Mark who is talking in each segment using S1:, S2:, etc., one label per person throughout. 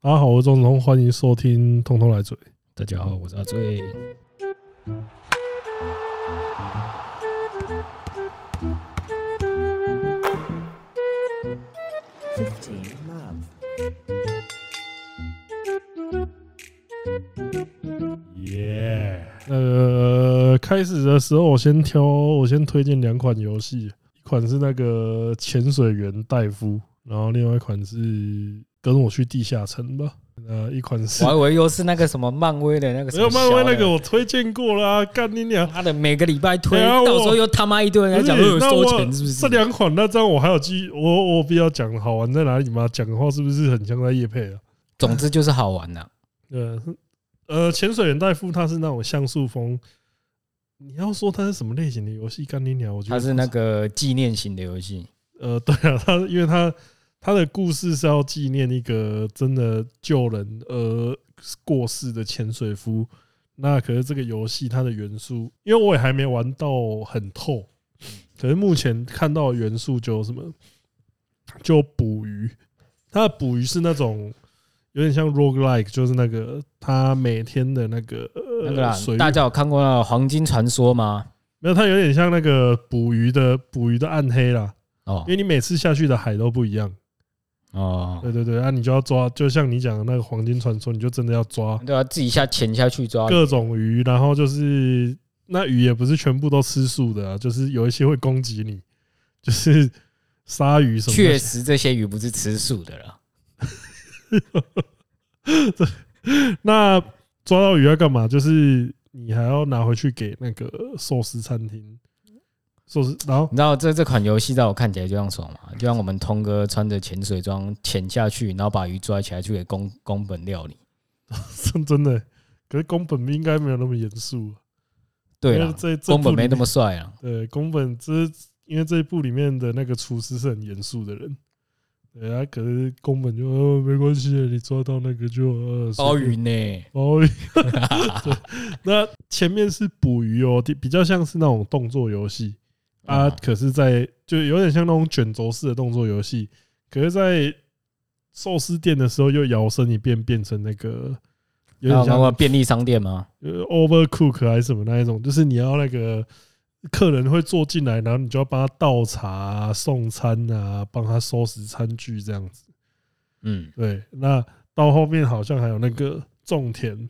S1: 大家好，我是钟子通，欢迎收听《通通来嘴》。
S2: 大家好，我是阿醉。
S3: 15 love.
S1: 耶！那个呃开始的时候，我先挑，我先推荐两款游戏，一款是那个潜水员戴夫，然后另外一款是跟我去地下城吧。呃，一款是
S2: 我还以为又是那个什么漫威的那个什
S1: 没
S2: 么
S1: 有漫威
S2: 小的
S1: 那个，我推荐过啦，干你娘！
S2: 妈的每个礼拜推，
S1: 对啊
S2: 到
S1: 我哎
S2: 时候又他妈一堆人来讲说有
S1: 那
S2: 收
S1: 我
S2: 钱，是不
S1: 这
S2: 是？
S1: 两款那这样我还有记，我我比较讲好玩在哪里嘛？讲的话是不是很像在夜配啊？
S2: 总之就是好玩啊呐。
S1: 呃呃，潜水员戴夫他是那种像素风，你要说它是什么类型的游戏？干你鸟，我觉得
S2: 它是那个纪念型的游戏，
S1: 呃，对啊，他因为他他的故事是要纪念一个真的救人而过世的潜水夫。那可是这个游戏它的元素，因为我也还没玩到很透，
S2: 嗯
S1: 可是目前看到的元素就有什么，就捕鱼。它的捕鱼是那种有点像 roguelike，就是那个他每天的那个
S2: 那
S1: 呃
S2: 个啦
S1: 水域，
S2: 大家有看过那个《黄金传说》吗？
S1: 没有，它有点像那个捕鱼的捕鱼的暗黑啦，
S2: 哦
S1: 因为你每次下去的海都不一样。
S2: 哦，
S1: 对对对，啊，你就要抓，就像你讲的那个黄金传说，你就真的要抓
S2: 对啊，自己下潜下去抓，
S1: 各种鱼，然后就是那鱼也不是全部都吃素的啊，就是有一些会攻击你，就是鲨鱼什么
S2: 确
S1: 的。
S2: 实这些鱼不是吃素的啦。
S1: 那抓到鱼要干嘛？就是你还要拿回去给那个寿司餐厅，寿司，然后
S2: 你知道这这款游戏在我看起来就像什么吗？就像我们通哥穿着潜水装潜下去，然后把鱼抓起来去给宫宫本料理。
S1: 真真的、可是宫本应该没有那么严肃啊，
S2: 对
S1: 因为
S2: 了，
S1: 这这欸
S2: 宫
S1: 部
S2: 本没
S1: 里
S2: 那么帅啊。
S1: 对，宫本这因为这一部里面的那个厨师是很严肃的人，对啊，可是宫本就、呃、没关系，你抓到那个就呃随
S2: 鲍
S1: 便
S2: 鱼呢？
S1: 鲍鱼。 对那前面是捕鱼哦，比比较像是那种动作游戏啊，
S2: 嗯
S1: 可是在就有点像那种卷轴式的动作游戏，可是，在寿司店的时候又摇身一变变成那个有
S2: 然
S1: 点像
S2: 后便利商店吗？
S1: 呃 overcook 还是什么那一种，就是你要那个客人会坐进来，然后你就要帮他倒茶啊、送餐啊，帮他收拾餐具这样子。
S2: 嗯，
S1: 对，那到后面好像还有那个种田，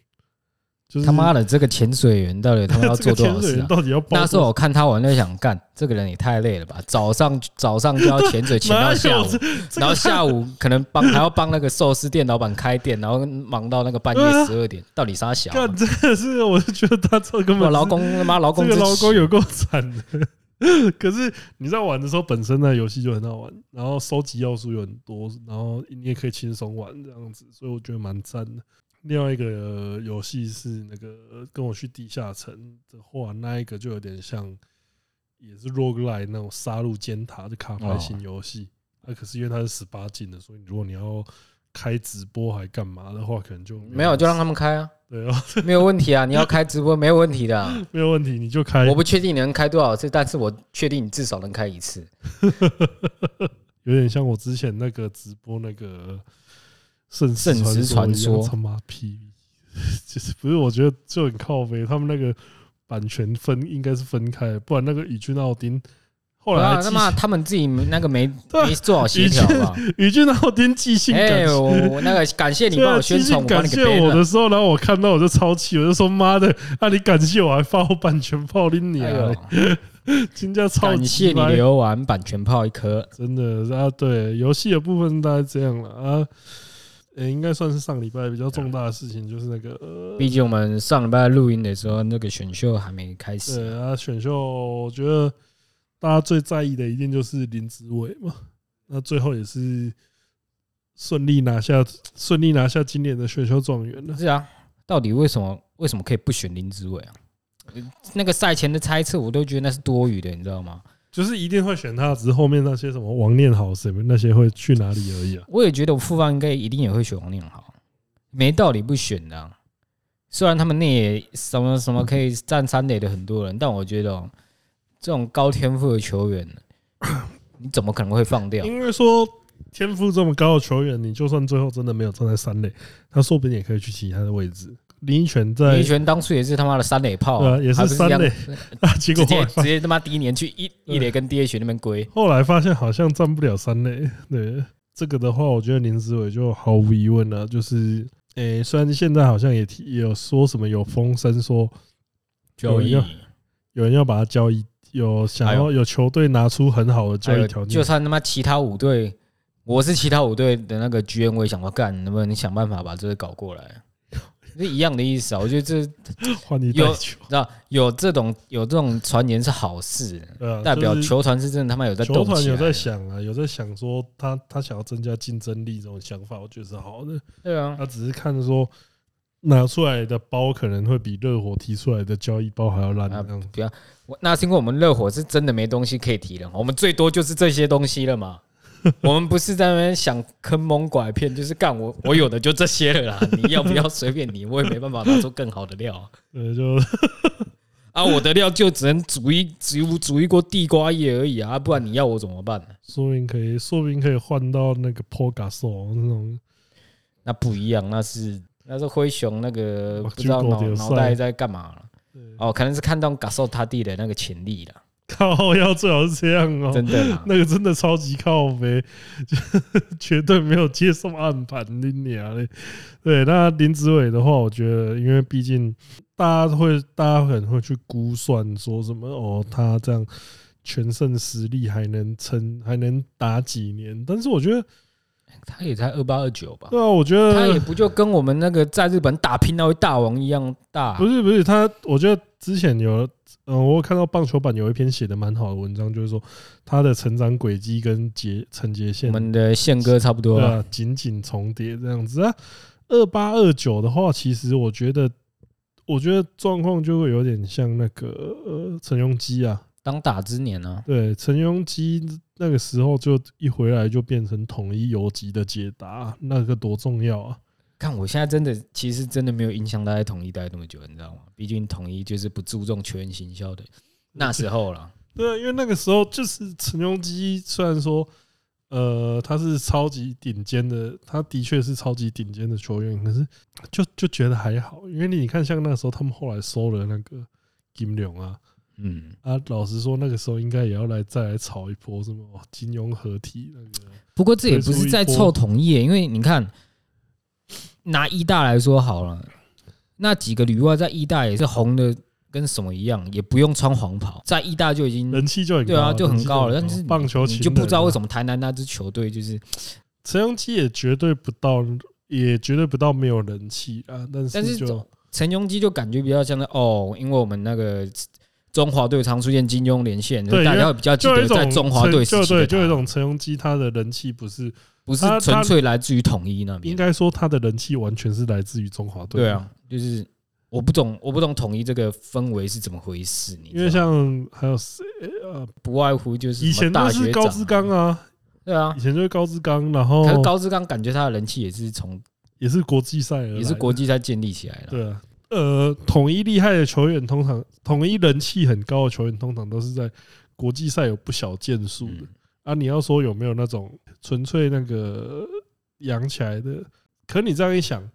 S1: 就是
S2: 他妈的，这个潜水员到底他妈要
S1: 嗯这
S2: 做
S1: 个
S2: 多
S1: 潜
S2: 少
S1: 水
S2: 事
S1: 员
S2: 啊？
S1: 到底要包
S2: 那时候
S1: 多
S2: 我看他，我在想，干这个人也太累了吧！早上早上就要潜水，潜
S1: 哪
S2: 到
S1: 有
S2: 下午，
S1: 这个
S2: 然后下午可能帮 还要帮那个寿司店老板开店，然后忙到那个半夜
S1: 对啊
S2: 十二点，到底啥小啊？
S1: 干真的是，我就觉得他这根
S2: 我
S1: 本
S2: 劳
S1: 是
S2: 工他妈劳
S1: 这
S2: 工
S1: 个
S2: 之
S1: 劳
S2: 耻
S1: 工有够惨的。 可是你在玩的时候，本身那游戏就很好玩，然后收集要素有很多，然后你也可以轻松玩这样子，所以我觉得蛮赞的。另外一个呃游戏是那个呃跟我去地下城的话，那一个就有点像，也是 roguelike 那种杀戮尖塔的卡牌型游戏。那、可是因为它是十八禁的，所以如果你要开直播还干嘛的话，可能就
S2: 没有就让他们开啊，
S1: 对 啊，
S2: 没有问题啊！你要开直播没有问 题的啊、
S1: 没有问题，你就开。
S2: 我不确定你能开多少次，但是我确定你至少能开一次。
S1: 有点像我之前那个直播那个圣
S2: 圣石传
S1: 说一样，
S2: 说
S1: 他妈屁！就是不是？我觉得就很靠背，他们那个版权分应该是分开的，不然那个宇俊奥丁后来还
S2: 啊，他
S1: 寄
S2: 妈他们自己那个没
S1: 对啊
S2: 没做好协调吧？
S1: 宇俊奥丁寄信
S2: 哎、
S1: 感谢，
S2: 我我那个感谢你
S1: 对
S2: 帮
S1: 啊
S2: 我宣
S1: 寄
S2: 传，
S1: 信
S2: 我帮
S1: 感
S2: 你给
S1: 谢
S2: 别
S1: 我
S2: 人
S1: 的。时候，然后我看到我就超气，我就说妈的，啊你感谢我还发我版权炮拎你
S2: 哎
S1: 啊
S2: 呦，，
S1: 金价超
S2: 感谢
S1: 级
S2: 你留完版权炮一颗。
S1: 真的啊，对游戏的部分大概这样了啊。呃、应该算是上礼拜比较重大的事情，就是那个呃
S2: 毕竟我们上礼拜录音的时候，那个选秀还没开始
S1: 对。啊，选秀我觉得大家最在意的一定就是林子伟嘛，那最后也是顺利拿下顺利拿下今年的选秀状元了。
S2: 是啊，到底为什么为什么可以不选林志伟啊？那个赛前的猜测，我都觉得那是多余的，你知道吗？
S1: 就是一定会选他，只是后面那些什么王念豪什么那些会去哪里而已啊。
S2: 我也觉得我富邦应该一定也会选王念豪，没道理不选的啊、虽然他们内野什么什么可以站三垒的很多人，但我觉得哦 这种高天赋的球员，你怎么可能会放掉？
S1: 因为说天赋这么高的球员，你就算最后真的没有站在三垒，他说不定也可以去其他的位置。林一拳在
S2: 林一，拳当初也是他妈的三垒炮
S1: 对
S2: 啊，
S1: 啊也是
S2: 还不
S1: 三
S2: 一样 呃
S1: 垒啊结果
S2: 直
S1: 后
S2: 接
S1: 来
S2: 直
S1: 发
S2: 接他妈第一年去一
S1: 对
S2: 一垒跟 DH 那边归，
S1: 后来发现好像站不了三垒。 对这个的话，我觉得林子伟就毫无疑问了、就是诶、虽然现在好像也提也有说什么有风声说
S2: 交易
S1: 有一有人要把他交易，有想
S2: 哎
S1: 要
S2: 呦
S1: 有球队拿出很好的交
S2: 还
S1: 易
S2: 有
S1: 条件，
S2: 就算他妈其他五队，我是其他五队的那个 GM，我也想说干，能不能想办法把这个搞过来？ 是一样的意思啊，我觉得这知
S1: 换你带
S2: 有
S1: 球，
S2: 道有这种有这种传言是好事，
S1: 对啊，
S2: 代表
S1: 就是
S2: 球团是真的他妈有在
S1: 球
S2: 动
S1: 团
S2: 起
S1: 有
S2: 来
S1: 在
S2: 的，
S1: 想啊，有在想说他他想要增加竞争力这种想法，我觉得是好的。
S2: 对啊，
S1: 他只是看说拿出来的包可能会比热火提出来的交易包还要烂
S2: 啊
S1: 这样子。
S2: 我那是因为我们热火是真的没东西可以提了，我们最多就是这些东西 了嘛。我们不是在那边想坑蒙拐骗，就是干我我有的就这些了 啦。你要不要随便你，我也没办法拿出更好的料啊
S1: 对，就
S2: 啊。我的料就只能煮一煮煮一锅地瓜叶而已啊，不然你要我怎么办呢、
S1: 说明可以，说明可以换到那个 p o g a s o 那种
S2: 那不一样，那是那是灰熊那个
S1: 哇
S2: 不知道
S1: 这个
S2: 脑
S1: 狗屌
S2: 脑
S1: 帅
S2: 袋在干嘛了。哦，可能是看到嘎受他弟的那个潜力了，
S1: 靠腰，最好是这样哦、
S2: 真的 啦。
S1: 那个真的超级靠背， 就绝对没有接受暗盘的娘嘞。对，那林子伟的话，我觉得，因为毕竟大家会，大家很会去估算说什么哦，他这样全胜实力还能撑，还能打几年？但是我觉得，
S2: 他也才二八二九吧。
S1: 对啊，我觉
S2: 啊他也
S1: 得
S2: 不就跟我们那个在日本打拼那位大王一样大、
S1: 不是不是他，我觉得之前有，嗯、我有看到棒球版有一篇写的蛮好的文章，就是说他的成长轨迹跟节承接
S2: 我
S1: 线
S2: 们的宪哥差不多、
S1: 对
S2: 啊。
S1: 啊，紧紧重叠这样子啊。二八二九的话，其实我觉得，我觉得状况就会有点像那个呃陈庸基啊，
S2: 当打之年啊呢、
S1: 对，陈庸基那个时候就一回来就变成统一游击的解答，那个多重要啊！
S2: 看我现在真的其实真的没有印象他在统一待那么久，你知道吗？毕竟统一就是不注重球员行销的那时候了。
S1: 对啊，因为那个时候就是陈庸基，虽然说呃他是超级顶尖的，他的确是超级顶尖的球员，可是就就觉得还好，因为你看像那时候他们后来收了那个金龙啊。
S2: 嗯，
S1: 啊，老实说，那个时候应该也要来再来炒一波什么哇金庸合体那个，
S2: 不过这也不是在凑统一耶，因为你看拿一大来说好了，那几个旅外在一大也是红的跟什么一样，也不用穿黄袍，在一大就已经
S1: 人气就很高
S2: 对啊就
S1: 人
S2: 很
S1: 气
S2: 高了，但是
S1: 棒球啊
S2: 你就不知道为什
S1: 么
S2: 么台南那支球队就是
S1: 陈庸基也绝对不到，也绝对不到没有人气啊，但
S2: 但
S1: 是
S2: 是
S1: 就
S2: 陈庸基就感觉比较像是哦，因为我们那个中华队常出现金庸连线，所
S1: 对
S2: 以大家会比较记
S1: 就有
S2: 得
S1: 一种
S2: 在中华队时
S1: 就
S2: 期的
S1: 对，就有一
S2: 他，
S1: 种陈庸基他的人气不是，
S2: 不是
S1: 他
S2: 纯粹来自于统一那
S1: 应
S2: 边。
S1: 该说他的人气完全是来自于中华队，
S2: 对，啊，就是我不懂，我不懂统一这个氛围是怎么回事。你知道
S1: 因为像还有谁呃，
S2: 不外乎就是
S1: 以
S2: 什么
S1: 前
S2: 大
S1: 就
S2: 学
S1: 是
S2: 长
S1: 高哦志刚，啊，
S2: 对啊
S1: 以，前就是高志刚，然后
S2: 可是高志刚感觉他的人气也是从
S1: 也是国际赛而来的，
S2: 也是国际赛建立起来的。
S1: 对啊，呃，统一厉害的球员通常，统一人气很高的球员通常都是在国际赛有不小建树的、
S2: 嗯
S1: 啊。你要说有没有那种纯粹那个呃养起来的？可你这样一想，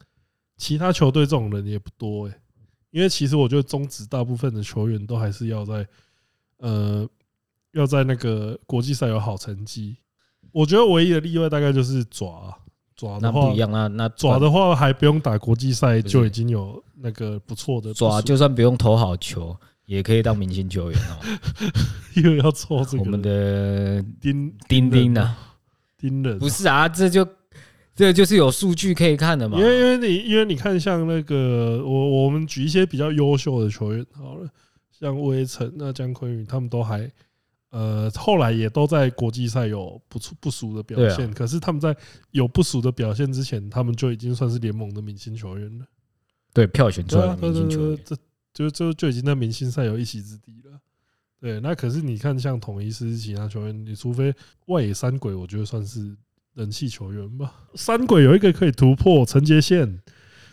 S1: 其他球队这种人也不多诶、因为其实我觉得中职大部分的球员都还是要在呃要在那个国际赛有好成绩。我觉得唯一的例外大概就是爪啊爪的
S2: 那
S1: 话
S2: 不一样，那那
S1: 爪的话还不用打国际赛
S2: 不是
S1: 就已经有那个不错的
S2: 爪，就算不用投好球，也可以当明星球员哦。
S1: 又要凑 这个
S2: 我们的
S1: 丁
S2: 丁丁啊，
S1: 丁人，
S2: 不是啊，这就这就是有数据可以看的嘛
S1: 因。为因为你因为你看像那个我我们举一些比较优秀的球员好了，像魏晨那姜昆宇他们都还呃后来也都在国际赛有不错不俗的表
S2: 对啊
S1: 现，可是他们在有不俗的表现之前，他们就已经算是联盟的明星球员了。
S2: 对，票选出
S1: 对
S2: 来
S1: 啊
S2: 的，
S1: 对对
S2: 明星球
S1: 对，
S2: 员，
S1: 这就就就已经在明星赛有一席之地了。对，那可是你看，像统一狮其他球员，你除非外野三鬼，我觉得算是人气球员吧。三鬼有一个可以突破陈杰宪，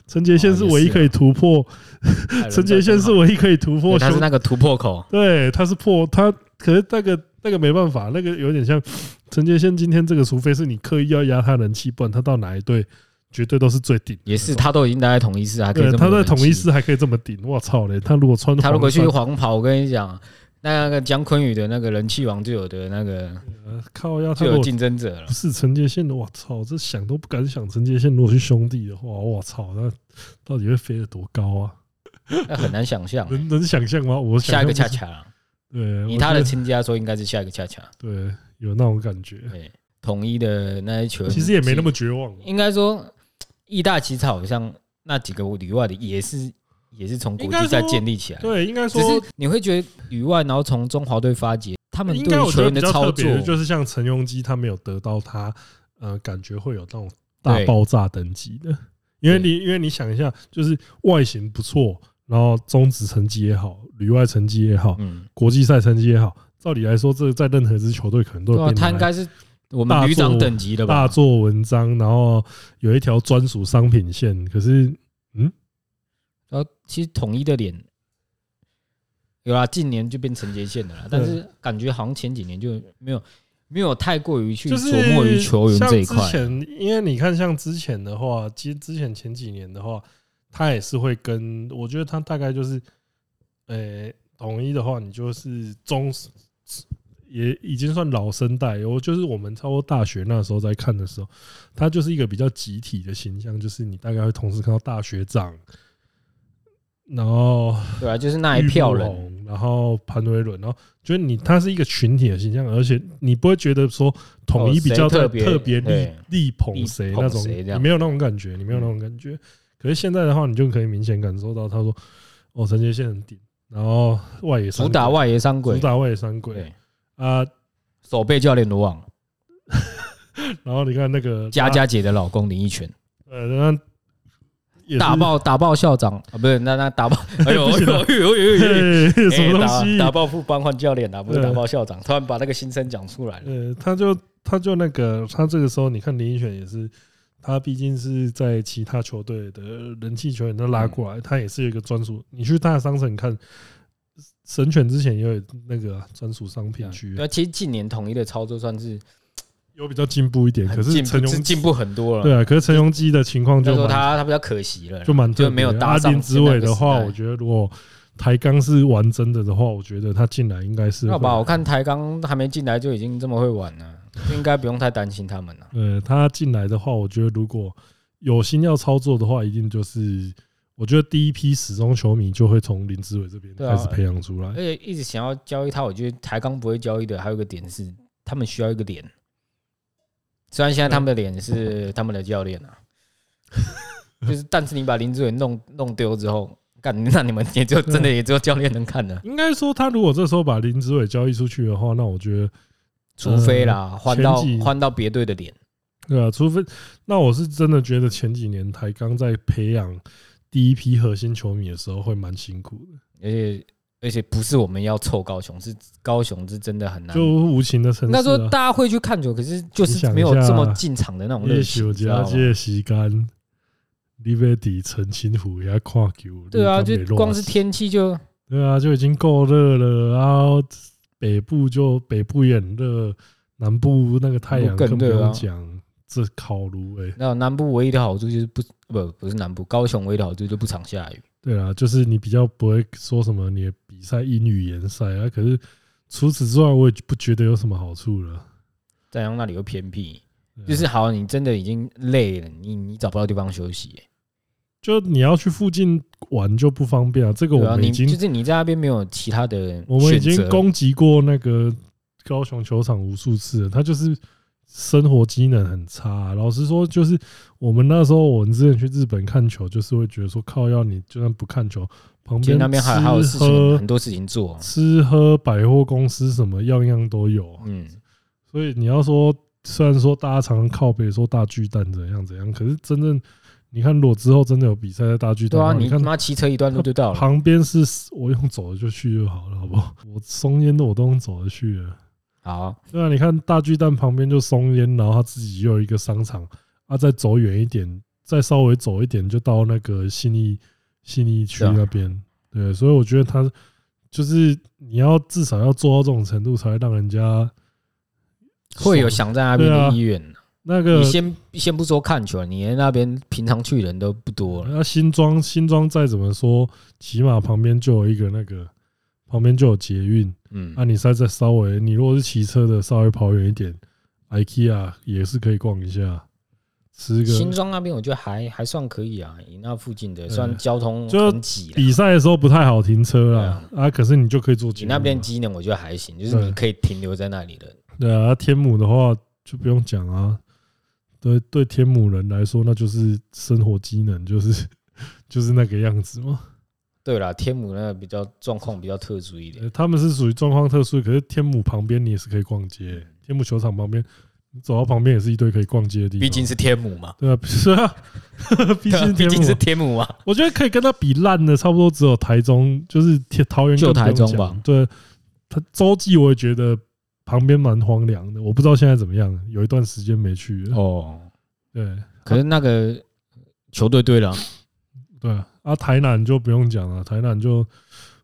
S1: 陈杰宪
S2: 哦
S1: 是
S2: 也
S1: 唯一
S2: 是啊
S1: 可以突破，啊
S2: 哎
S1: 陈杰宪是
S2: 我，
S1: 唯一可以突
S2: 因为
S1: 破
S2: 他是
S1: 兄，
S2: 那个突破口，
S1: 对，他是破他，可是那个那个没办法，那个有点像陈杰宪今天这个，除非是你刻意要压他人气，不然他到哪一队绝对都是最顶的那种。
S2: 也是他都已经待在统一师，还可以
S1: 对，
S2: 这么
S1: 他
S2: 有
S1: 在
S2: 人
S1: 统一
S2: 气
S1: 师还啊可以这么顶，我操嘞！他如果穿
S2: 他如果
S1: 黄
S2: 去
S1: 衫
S2: 黄袍，我跟你讲，那个姜昆宇的那个人气王就有的那个
S1: 呃靠腰，他
S2: 就
S1: 如
S2: 有
S1: 果
S2: 竞争者 了
S1: 不。是陈杰宪的，我操，这想都不敢想。陈杰宪如果去兄弟的话，我操，那到底会飞得多高啊？
S2: 那很难想象欸、
S1: 能能想象吗？我
S2: 下一个恰
S1: 想象不出，
S2: 恰啦，
S1: 对，
S2: 以
S1: 我
S2: 他
S1: 觉
S2: 的
S1: 得
S2: 亲家说，应该是下一个恰恰。
S1: 对有那种感觉，
S2: 对，统一的那一球
S1: 其实也没那么，绝望。啊
S2: 应该说义大其实好像那几个旅外的也是也是从国际赛建立起来的，
S1: 对，应该
S2: 只
S1: 说
S2: 是你会觉得旅外，然后从中华队发掘他们
S1: 应该
S2: 对于
S1: 我觉
S2: 球
S1: 得
S2: 员
S1: 比
S2: 的
S1: 较
S2: 操
S1: 特别
S2: 作
S1: 的，就是像陈庸基，他没有得到他呃，感觉会有那种大
S2: 对
S1: 爆炸等级的，因为你因为你想一下，就是外形不错，然后中职成绩也好，旅外成绩也好，
S2: 嗯，
S1: 国际赛成绩也好，照理来说，这个在任何一支球队可能都
S2: 对
S1: 会
S2: 啊，
S1: 被
S2: 他应
S1: 拿来
S2: 该是我们旅长等级的
S1: 大
S2: 吧？
S1: 做文章，然后有一条专属商品线。可是
S2: 然后其实统一的脸有啦，近年就变成杰线的
S1: 嗯
S2: 啦，但是感觉好像前几年就没有没有太过于去
S1: 就是
S2: 琢磨于球员
S1: 像
S2: 这一块
S1: 之，前，因为你看，像之前的话，其实之前前几年的话，他也是会跟，我觉得他大概就是，呃、统一的话，你就是中，也已经算老生代。我就是我们差不多大学那时候在看的时候，他就是一个比较集体的形象，就是你大概会同时看到大学长，然后
S2: 对啊，就是那一票人，
S1: 玉木宏然后潘威伦，然后就是你，他是一个群体的形象，而且你不会觉得说统一比较
S2: 哦谁
S1: 在
S2: 特别
S1: 特别力
S2: 对
S1: 力捧谁
S2: 力捧
S1: 那种，
S2: 谁
S1: 你
S2: 这样
S1: 没有那种感觉，你没有那种感觉。可是现在的话，你就可以明显感受到，他说哦，陈杰宪很顶，然后外野三
S2: 主打
S1: 鬼
S2: 外野三鬼
S1: 主，打外野三鬼
S2: 对，
S1: 啊，
S2: 手背教练罗网，
S1: 然后你看那个
S2: 佳佳姐的老公林奕泉，
S1: 呃，那也是
S2: 打爆打爆校长啊，不是那那打爆，哎呦哎呦哎呦哎
S1: 嘿
S2: 呦哎呦！
S1: 什么东
S2: 哎
S1: 西
S2: 打打爆副班换教练啊，不是
S1: 对
S2: 打爆校长，突然把那个心声讲出来了。
S1: 呃，他就他就那个，他这个时候你看林奕选也是，他毕竟是在其他球队的人气球员都拉过来，他也是有一个专属。你去大商城看，神犬之前也有那个啊专属商品区
S2: 对，啊，其实近年统一的操作算是
S1: 有比较进步一点。
S2: 很
S1: 可是
S2: 进
S1: 陈
S2: 步，是
S1: 荣
S2: 进步很多了。
S1: 对啊，可是陈荣基的情况
S2: 就
S1: 就
S2: 说
S1: 蛮
S2: 他他比较可惜了啦，
S1: 就蛮特别
S2: 就
S1: 的
S2: 没有搭
S1: 啊
S2: 上
S1: 林子伟的话，
S2: 现在这个时代
S1: 我觉得如果台钢是玩真的的话，我觉得他进来应该是
S2: 那
S1: 会
S2: 吧，我看台钢还没进来就已经这么会玩了，应该不用太担心他们了。
S1: 呃，他进来的话，我觉得如果有心要操作的话，一定就是我觉得第一批始终球迷就会从林志伟这边
S2: 对啊
S1: 开始培养出来
S2: 而。且一直想要交易他，我觉得台钢不会交易的，还有一个点是他们需要一个脸。虽然现在他们的脸是他们的教练啊，就是但是你把林志伟弄弄丢之后，干那你们也就
S1: 啊
S2: 真的也只有教练能看了，
S1: 应该说，他如果这时候把林志伟交易出去的话，那我觉得
S2: 除非啦
S1: 嗯
S2: 换到
S1: 前几
S2: 换到别队的脸，
S1: 对啊，除非那我是真的觉得前几年台钢在培养第一批核心球迷的时候会蛮辛苦的，
S2: 而且而且不是我们要凑高雄，是高雄是真的很难
S1: 就无情的城
S2: 应
S1: 市、
S2: 该说
S1: 啊。
S2: 大家会去看球，可是就是没有这么进场的那种
S1: 夜
S2: 热
S1: 宿
S2: 情，知
S1: 家
S2: 道吗？
S1: 界时间，你被底陈清湖也跨球，
S2: 对啊，
S1: 你
S2: 就
S1: 敢不
S2: 光
S1: 热
S2: 是
S1: 死
S2: 天气就
S1: 对啊，就已经够热了，然后北部就北部也很热，南部那个太阳
S2: 南部更
S1: 更不
S2: 热啊
S1: 用讲，这烤炉哎，
S2: 那南部唯一的好处就是不不不是南部，高雄唯一的好处就不常下雨。
S1: 对啊，就是你比较不会说什么你的比赛英语联赛啊，可是除此之外，我也不觉得有什么好处了。
S2: 赞扬那里又偏僻，
S1: 对啊
S2: 就是好，你真的已经累了，你你找不到地方休息、
S1: 就你要去附近玩就不方便啊，这个
S2: 对
S1: 我
S2: 啊，
S1: 们
S2: 你
S1: 已经
S2: 就是你在那边没有其他的
S1: 我们已
S2: 选
S1: 经
S2: 择，
S1: 攻击过那个高雄球场无数次了，他就是生活机能很差、老实说，就是我们那时候，我们之前去日本看球，就是会觉得说，靠，要你就算不看球，旁
S2: 其实
S1: 边
S2: 那边还还有
S1: 吃
S2: 事情
S1: 喝
S2: 很多事情做，啊
S1: 吃喝百货公司什么样样都有啊、
S2: 嗯，
S1: 所以你要说，虽然说大家常常靠北说大巨蛋怎样怎样，可是真正你看，如果之后真的有比赛在大巨蛋
S2: 对
S1: 的话，
S2: 啊，你
S1: 你
S2: 他
S1: 看
S2: 妈骑车一段路就到了，
S1: 旁边是我用走的就去就好了，好不好？我松烟的我都用走的去了。
S2: 好啊，
S1: 对啊，你看大巨蛋旁边就松烟，然后它自己又有一个商场，啊，再走远一点，再稍微走一点就到那个信义信义区
S2: 对啊
S1: 那边。对，所以我觉得它就是你要至少要做到这种程度，才会让人家
S2: 会有想在那边的意愿啊、
S1: 那个
S2: 你先先不说看球，你连那边平常去的人都不多了。
S1: 那新庄新庄再怎么说，起码旁边就有一个那个，旁边就有捷运。
S2: 嗯，
S1: 啊，你再再稍微，你如果是骑车的，稍微跑远一点，IKEA 也是可以逛一下，吃
S2: 新
S1: 个。
S2: 庄那边我觉得还还算可以啊，你那附近的
S1: 嗯
S2: 虽然交通
S1: 就
S2: 很挤啦，
S1: 比赛的时候不太好停车啦，啊，可是你就可以坐捷
S2: 你
S1: 运
S2: 那边
S1: 嘛
S2: 机能我觉得还行，就是你
S1: 对
S2: 可以停留在那里的。
S1: 对啊，天母的话就不用讲啊，对对，天母人来说，那就是生活机能，就是就是那个样子嘛。
S2: 对啦，天母那个比较状况比较特殊一点
S1: 呃，他们是属于状况特殊，可是天母旁边你也是可以逛街，天母球场旁边，你走到旁边也是一堆可以逛街的地方。
S2: 毕竟是天母嘛，
S1: 对啊， 是啊，毕 竟
S2: 毕
S1: 天
S2: 竟
S1: 母
S2: 是
S1: 啊，
S2: 天母嘛，
S1: 我觉得可以跟他比烂的，差不多只有台中， 就是天桃园
S2: 就
S1: 更不用
S2: 台中
S1: 讲
S2: 吧
S1: 对，他洲际我也觉得旁边蛮荒凉的，我不知道现在怎么样，有一段时间没去了。
S2: 哦，
S1: 对
S2: 可是那个球队对了啊，
S1: 对啊啊，台南就不用讲了，台南就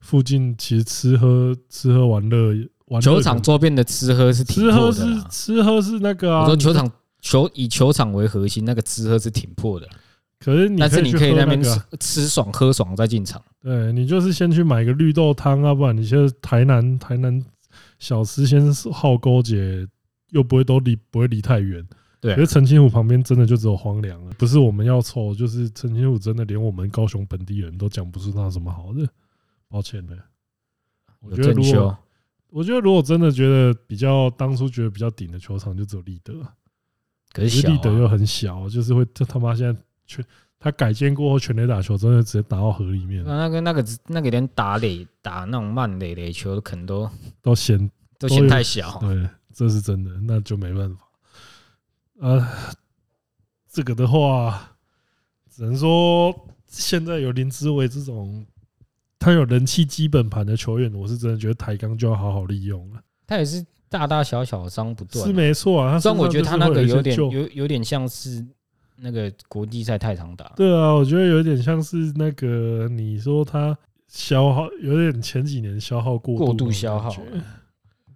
S1: 附近其实吃喝吃喝玩乐玩乐
S2: 球场周边的吃喝是挺
S1: 吃喝
S2: 破的
S1: 是
S2: 啦。
S1: 吃喝是那个啊，
S2: 我说球场球以球场为核心，那个吃喝是挺破的啦，
S1: 可是你
S2: 但是你
S1: 去
S2: 可以
S1: 喝
S2: 那
S1: 那
S2: 边
S1: 个
S2: 吃
S1: 啊
S2: 吃爽喝爽再进场。
S1: 对你就是先去买个绿豆汤啊，不然你现在台南台南小吃先是好勾结，又不会都离不会离太远。
S2: 对啊
S1: 可是澄清湖旁边真的就只有荒凉了，不是我们要臭，就是澄清湖真的连我们高雄本地人都讲不出它有什么好的，抱歉了。我
S2: 有
S1: 觉得
S2: 正
S1: 如
S2: 修
S1: 果，我觉得如果真的觉得比较当初觉得比较顶的球场，就只有立德，啊
S2: 可
S1: 可
S2: 是
S1: 是
S2: 小
S1: 立德
S2: 啊
S1: 又很小，就是会这他妈现在全他改建过后全垒打球真的直接打到河里面，
S2: 啊那那个那个那个连打垒打那种慢垒垒球，可能都
S1: 到显都
S2: 都嫌
S1: 有
S2: 太小。啊
S1: 对，这是真的，那就没办法。呃，这个的话，只能说现在有林志伟这种他有人气基本盘的球员，我是真的觉得台钢就要好好利用了。
S2: 他也是大大小小伤不断
S1: 是。没错啊，他
S2: 虽然我觉得他那个
S1: 身上就是会一
S2: 有
S1: 些
S2: 点
S1: 旧
S2: 有有点像是那个国际赛太常打，
S1: 对啊，我觉得有点像是那个你说他消耗，有点前几年消耗过
S2: 过
S1: 度
S2: 度
S1: 的
S2: 消
S1: 感
S2: 耗
S1: 觉
S2: 了。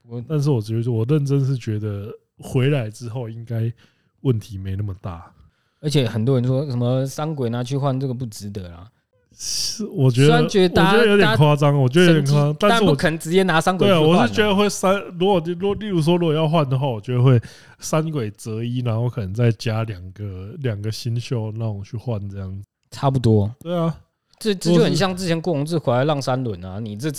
S2: 我
S1: 但是我觉得我认真是觉得回来之后应该问题没那么大。
S2: 而且很多人说什么三鬼拿去换这个不值得啊，
S1: 是，我觉
S2: 虽
S1: 得
S2: 然觉得大
S1: 我
S2: 家
S1: 觉得有点夸张，我觉得有点夸张
S2: 神，
S1: 但是
S2: 不
S1: 我
S2: 可能直接拿三鬼
S1: 对
S2: 去
S1: 啊，
S2: 换啊。
S1: 我是觉得会三，如果如果例如说如果要换的话，我觉得会三鬼择一，然后可能再加两个两个新秀让我去换这样子。
S2: 差不多，
S1: 对啊，
S2: 这这就很像之前郭宏志回来浪三轮啊，你这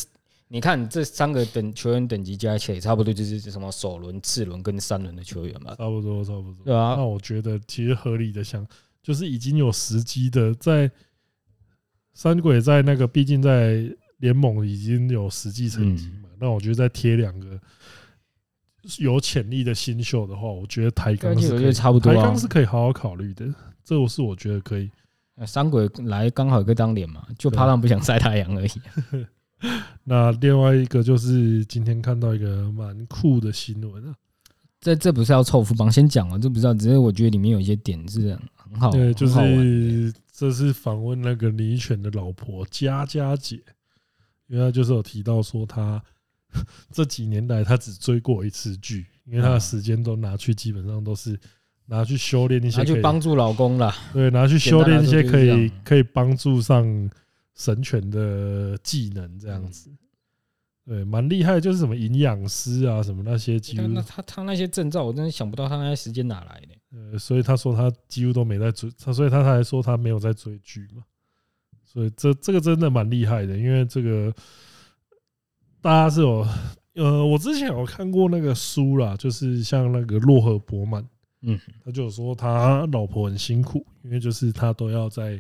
S2: 你看你这三个等球员等级加起来，也差不多就是什么首轮、次轮跟三轮的球员嘛，
S1: 差不多差不多。
S2: 对啊
S1: 那我觉得其实合理的想，就是已经有时机的，在三鬼在那个，毕竟在联盟已经有实际成绩嘛。
S2: 嗯
S1: 那我觉得再贴两个有潜力的新秀的话，我觉得台
S2: 而
S1: 钢
S2: 且
S1: 是
S2: 我
S1: 可
S2: 觉
S1: 以
S2: 得差不多
S1: 台
S2: 啊
S1: 钢。是可以好好考虑的，这个是我觉得可以。
S2: 呃三鬼来刚好有个当脸嘛，就
S1: 啊
S2: 怕他们不想晒太阳而已。
S1: 那另外一个就是今天看到一个蛮酷的新闻啊，
S2: 这这不是要凑富邦，先讲啊，这不知道，只是我觉得里面有一些点是哦很好，
S1: 对，就
S2: 很好玩啊的
S1: 是这是访问那个李犬的老婆佳佳姐，因为她就是有提到说她这几年来她只追过一次剧，因为她的时间都拿去基本上都是拿去修炼一些
S2: 拿
S1: 可
S2: 去
S1: 以
S2: 帮助老公啦。
S1: 对，拿去修炼一些可
S2: 简单来说就
S1: 以
S2: 是这样
S1: 可以帮助上神犬的技能这样子。对，蛮厉害，就是什么营养师啊，什么那些几乎
S2: 那他他那些证照，我真的想不到他那些时间哪来的。
S1: 呃，所以他说他几乎都没在追，他所以他才说他没有在追剧嘛。所以这这个真的蛮厉害的，因为这个大家是有呃，我之前有看过那个书啦，就是像那个洛河伯曼，
S2: 嗯，
S1: 他就有说他老婆很辛苦，因为就是他都要在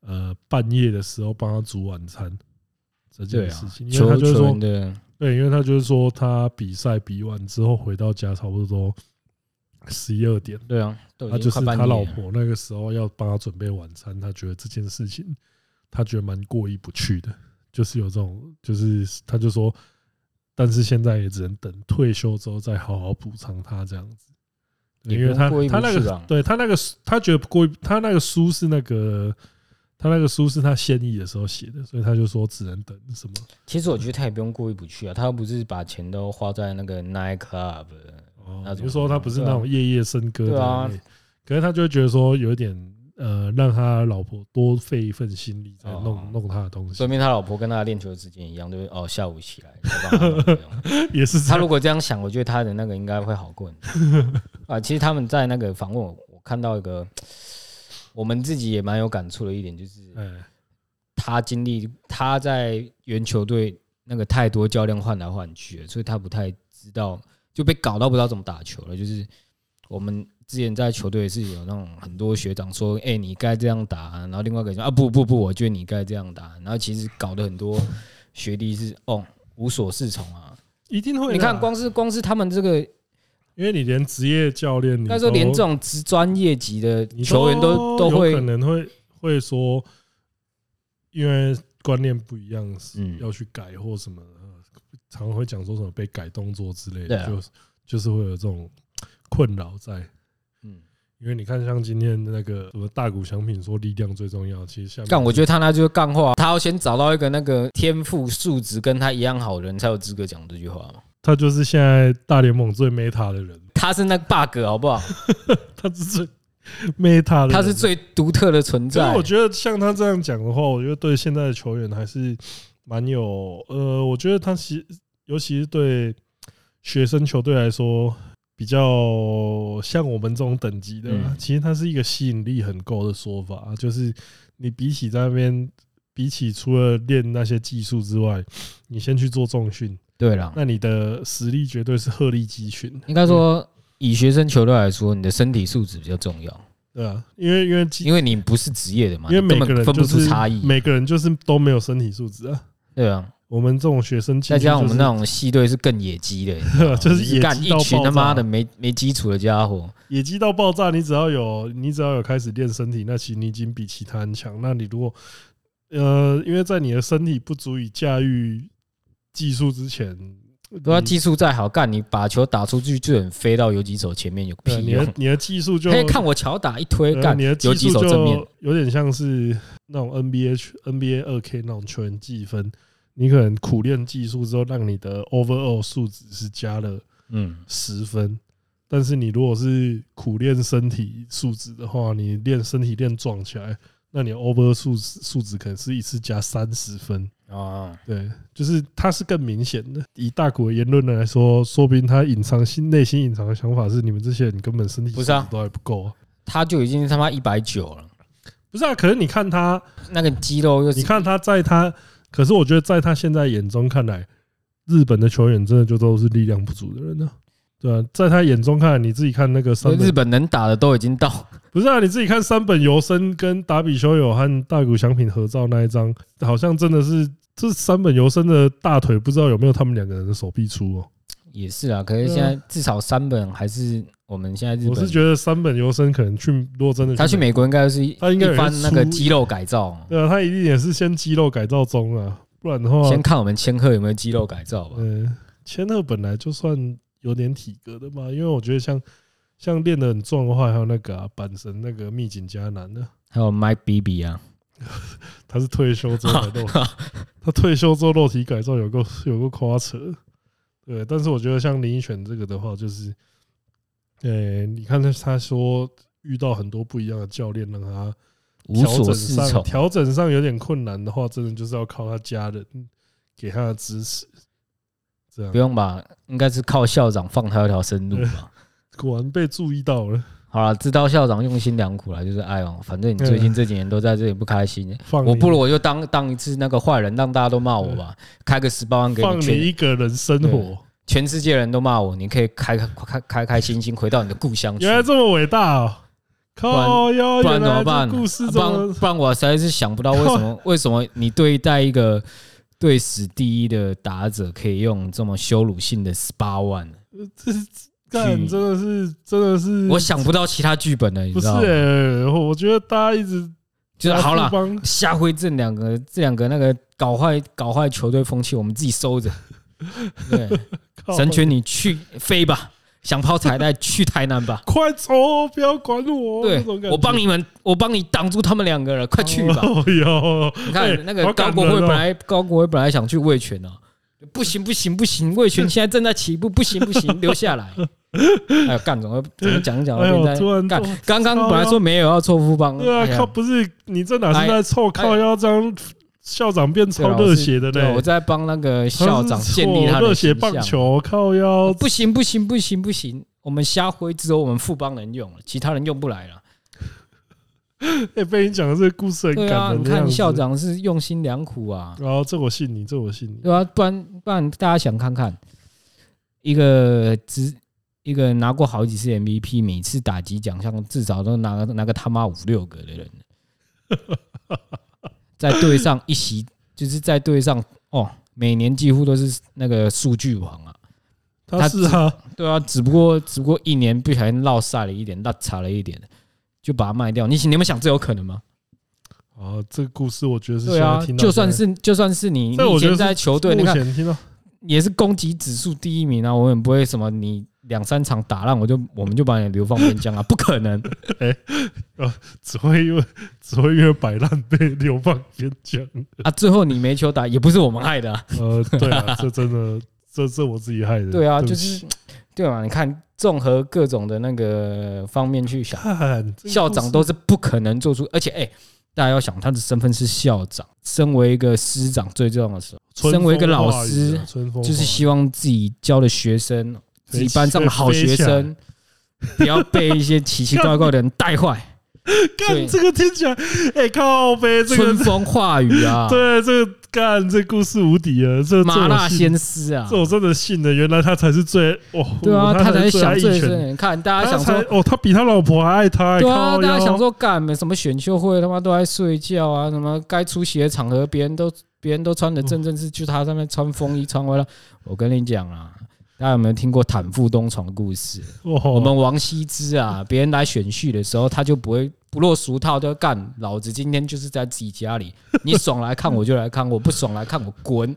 S1: 呃半夜的时候帮他煮晚餐这
S2: 对
S1: 件
S2: 啊
S1: 事情，，因为
S2: 球
S1: 他就是
S2: 球
S1: 说
S2: 员的
S1: 对，因为他就是说他比赛比完之后回到家差不多十一二点。
S2: 对啊，都
S1: 他
S2: 已
S1: 就
S2: 经
S1: 是
S2: 快半
S1: 他
S2: 年
S1: 老
S2: 了。
S1: 婆那个时候要帮他准备晚餐，他觉得这件事情他觉得蛮过意不去的，就是有这种，就是他就说，但是现在也只能等退休之后再好好补偿他这样子，对
S2: 也
S1: 因为
S2: 不
S1: 他
S2: 过意
S1: 他
S2: 不
S1: 那
S2: 去啊
S1: 个
S2: 吧
S1: 对他那个他觉得不过意，他那个书是那个他那个书是他现役的时候写的，所以他就说只能等什么
S2: 其实我觉得他也不用过意不去啊，他又不是把钱都花在那个 night club，那
S1: 比
S2: 种啊
S1: 如说他不哦是那种夜夜笙歌
S2: 对
S1: 的
S2: 啊
S1: 那类，可是他就会觉得说有一点呃，让他老婆多费一份心力在
S2: 哦
S1: 弄弄他的东西
S2: 说，明他老婆跟他的练球时间一样，就是哦下午起来。就帮他弄这样
S1: 也是这
S2: 他
S1: 样
S2: 如果这样想，我觉得他的那个应该会好过很多啊。其实他们在那个访问我，我看到一个我们自己也蛮有感触的一点，就是
S1: 哎，
S2: 他经历他在原球队那个太多教练换来换去了，所以他不太知道，就被搞到不知道怎么打球了。就是我们之前在球队是有那种很多学长说：“哎、你该这样打、然后另外一个人说：“啊，不不不，我觉得你该这样打。”然后其实搞得很多学弟是哦无所适从啊。
S1: 一定会的啊。
S2: 你看，光是光是他们这个
S1: 因为你连职业教练，
S2: 那时候连这种职专业级的
S1: 你
S2: 球员都都
S1: 有可
S2: 会，
S1: 能会会说，因为观念不一样，是
S2: 嗯
S1: 要去改或什么的，呃常常会讲说什么被改动作之类
S2: 对
S1: 的，
S2: 啊
S1: 就是就是会有这种困扰在。
S2: 嗯，
S1: 因为你看，像今天那个什么大谷翔平说力量最重要，其实下面
S2: 干，我觉得他那就是干话，他要先找到一个那个天赋素质跟他一样好的人，才有资格讲这句话嘛。
S1: 他就是现在大联盟最 meta 的人，
S2: 他是那个 bug 好不好？
S1: 他是最 meta 的人，
S2: 他是最独特的存
S1: 所以
S2: 在
S1: 我。觉得像他这样讲的话，我觉得对现在的球员还是蛮有呃，我觉得他其尤其是对学生球队来说，比较像我们这种等级的啦，
S2: 嗯
S1: 其实它是一个吸引力很够的说法，就是你比起在那边。比起除了练那些技术之外，你先去做重训，
S2: 对了，
S1: 那你的实力绝对是鹤立鸡群，
S2: 应该说以学生球队来说，你的身体素质比较重要，
S1: 对啊，因为因为基
S2: 因为你不是职业的嘛，
S1: 因为
S2: 你
S1: 每
S2: 根
S1: 个
S2: 本
S1: 人
S2: 分不
S1: 就
S2: 出
S1: 是
S2: 差异。
S1: 每个人就是都没有身体素质啊，
S2: 对啊，
S1: 我们这种学生进
S2: 再
S1: 去就是，
S2: 加上我们那 种系队是更野鸡的，你知道吗
S1: 就是野鸡
S2: 干一
S1: 到
S2: 群
S1: 爆
S2: 他妈
S1: 炸
S2: 的没没基础的家伙。
S1: 野鸡到爆炸，你只要有你只要有开始练身体，那其实你已经比其他人强。那你如果呃，因为在你的身体不足以驾驭技术之前，
S2: 如果
S1: 你
S2: 技术再好，干你把球打出去，就很飞到游击手前面有个
S1: 呃
S2: 屁
S1: 你
S2: 用
S1: 的。你的技术就
S2: 可以哦看我巧打一推，
S1: 呃
S2: 干
S1: 你的
S2: 游
S1: 技
S2: 击
S1: 术
S2: 手正面
S1: 就，有点像是那种 NBA 去 NBA 二 K 那种球员计分，你可能苦练技术之后，让你的 overall 数值是加了。
S2: 嗯，
S1: 十分，但是你如果是苦练身体素质的话，你练身体练壮起来，那你 over 数值数值可能是一次加三十分。
S2: 哦，
S1: 对，就是它是更明显的。以大谷的言论来说，说不定他隐藏心内心隐藏的想法是，你们这些人根本身体
S2: 不是啊
S1: 素质都还不够、啊。
S2: 他就已经他妈一百九了，
S1: 不是啊，可是你看他，
S2: 那个肌肉又
S1: 你
S2: 是
S1: 看他在他，可是我觉得在他现在眼中看来，日本的球员真的就都是力量不足的人呢、对啊，在他眼中看来，你自己看那个三本
S2: 日本能打的都已经到，
S1: 不是啊，你自己看三本游生跟达比修友和大谷翔平合照那一张，好像真的是这三本游生的大腿，不知道有没有他们两个人的手臂粗哦。
S2: 也是啊。可是
S1: 对啊
S2: 现在至少三本还是我们现在日
S1: 我是觉
S2: 本，
S1: 得三本游生可能去，如果真的
S2: 他去，美国应该是一
S1: 他应该有
S2: 一番
S1: 人
S2: 那个
S1: 出
S2: 肌肉改造，
S1: 对啊，他一定也是先肌肉改造中啊，不然的话，
S2: 先看我们千鹤有没有肌肉改造吧。
S1: 嗯，千鹤本来就算有点体格的嘛，因为我觉得像像练得很壮的话，还有那个啊阪神那个密井加男的，
S2: 还有 Mike Bibby 啊，
S1: 他是退休之后才 露，他退休之后肉体改造有够有够夸扯，对。但是我觉得像林依泉这个的话，就是，呃、你看他他说遇到很多不一样的教练，让他
S2: 无
S1: 调
S2: 所
S1: 整
S2: 适
S1: 上
S2: 从。
S1: 调整上有点困难的话，真的就是要靠他家人给他的支持。这
S2: 不
S1: 样
S2: 用吧，应该是靠校长放他一条生路吧。
S1: 果然被注意到了，
S2: 好了，知道校长用心良苦了，就是哎呦，反正你最
S1: 啊
S2: 近这几年都在这里不开心，
S1: 放
S2: 我
S1: 你嗯
S2: 不如我就当当一次那个坏人，让大家都骂我吧，开个十八万给
S1: 放
S2: 你，
S1: 你
S2: 全
S1: 一个人生活，
S2: 全世界人都骂我，你可以开开开开开心心回到你的故乡去
S1: 原，来这么伟大哦！
S2: 然
S1: 靠哟，
S2: 不然
S1: 原
S2: 怎么
S1: 来
S2: 办？啊
S1: 这故事
S2: 不
S1: 这么
S2: 然不然我实在是想不到为什 么为什么你对待一个对死第一的打者可以用这么羞辱性的十八万，
S1: 这是干
S2: 去
S1: 真的是真的是，
S2: 我想不到其他剧本了，你
S1: 不
S2: 知
S1: 是
S2: 道吗？
S1: 欸，我觉得大家一直
S2: 就是好
S1: 大
S2: 了
S1: 家。不帮
S2: 下回这两个这两个那个搞坏搞坏球队风气，我们自己 收着。对，
S1: 靠
S2: 神犬你去飞吧， 想抛彩带去台 南吧。
S1: 快走，哦不要管我，
S2: 对
S1: 那哦种感，觉
S2: 我帮你们，我帮你挡住他们两个人，快去吧。
S1: 哦哎哟，
S2: 你看那个高国辉本来高国辉 本来想去魏权啊，不行不行不行，魏权现在正在起步，不行不行，留下来。哎呦，干怎么怎么讲一讲到
S1: 哎呦
S2: 现在
S1: 突然
S2: 干
S1: 我操，
S2: 刚刚本来说没有要错夫帮，
S1: 对啊，
S2: 哎呀哎
S1: 靠，不是你这哪是在凑靠腰让校长变
S2: 对啊
S1: 超热血的
S2: 对啊，我
S1: 嘞？
S2: 在帮那个
S1: 他是
S2: 校长建立
S1: 错
S2: 他的
S1: 热血
S2: 形象
S1: 棒球靠腰，
S2: 不行不行不行不行，我们虾灰只有我们富邦能用，其他人用不来了。
S1: 哎，被你讲的这个故事很
S2: 对啊，
S1: 感人
S2: 你
S1: 这样子。
S2: 看校长是用心良苦啊，
S1: 然后这我信你，这我信你。
S2: 对啊，不然不然大家想看看，一个只一个拿过好几次 MVP，每次打击奖项至少都拿拿个他妈五六个 的人，在队上一席就是在队上哦，每年几乎都是那个数据王啊。
S1: 他是啊，
S2: 对啊，只不过只不过一年不小心落晒了一点，落差了一点，就把它卖掉。你你们想这有可能吗？
S1: 啊，这个故事我觉得是
S2: 对
S1: 现
S2: 啊
S1: 在听，到
S2: 就算
S1: 现在
S2: 是就算是你，
S1: 这
S2: 你
S1: 我
S2: 以
S1: 觉得
S2: 前
S1: 是
S2: 在球队，你
S1: 目
S2: 看
S1: 前听到
S2: 也是攻击指数第一名啊，我也不会什么你两三场打烂我就我们就把你流放 边疆啊，不可能。
S1: 只会因为 只会因为摆烂被流放边疆。
S2: 啊，最后你没 球打也不是我们害的、啊，
S1: 呃，对啊，这真的，这这我自己害的。
S2: 对啊，
S1: 不
S2: 就
S1: 起
S2: 是对嘛，你看综合各种的那个方面去想，
S1: 看这个
S2: 校长都
S1: 故事
S2: 是不可能做出，而且哎、大家要想他的身份是校长，身为一个师长最重要的时候，
S1: 春
S2: 身为一个
S1: 风
S2: 老
S1: 化雨
S2: 师
S1: 啊，春风
S2: 就是
S1: 化雨
S2: 希望自己教的学生，自己班上的好学
S1: 飞起来
S2: 生，不要被一些奇奇怪怪的人带坏， 对
S1: 干这个听起来，哎靠呗， 这
S2: 春
S1: 个
S2: 风化雨啊，
S1: 对这个干这故事无敌了，这
S2: 麻辣，
S1: 这我信
S2: 鲜师啊
S1: 这，我真的信了，原来他才是最哦，
S2: 对啊，他才
S1: 才
S2: 是想
S1: 最爱
S2: 最
S1: 一拳，
S2: 深，看大
S1: 他
S2: 家想
S1: 才
S2: 说。
S1: 哦，他比他老婆还爱他，哎
S2: 对啊，
S1: 靠
S2: 大家
S1: 腰
S2: 想说干没什么选秀会，他妈都在睡觉啊，什么该出席的场合，别人都别人都穿的正正式，就他在那边穿风衣穿回来。我跟你讲啊，大家有没有听过坦腹东床的故事？
S1: 哦，
S2: 我们王羲之啊，别人来选序的时候，他就不会不落俗套，就干老子今天就是在自己家里，你爽来看我就来看，我不爽来看我滚。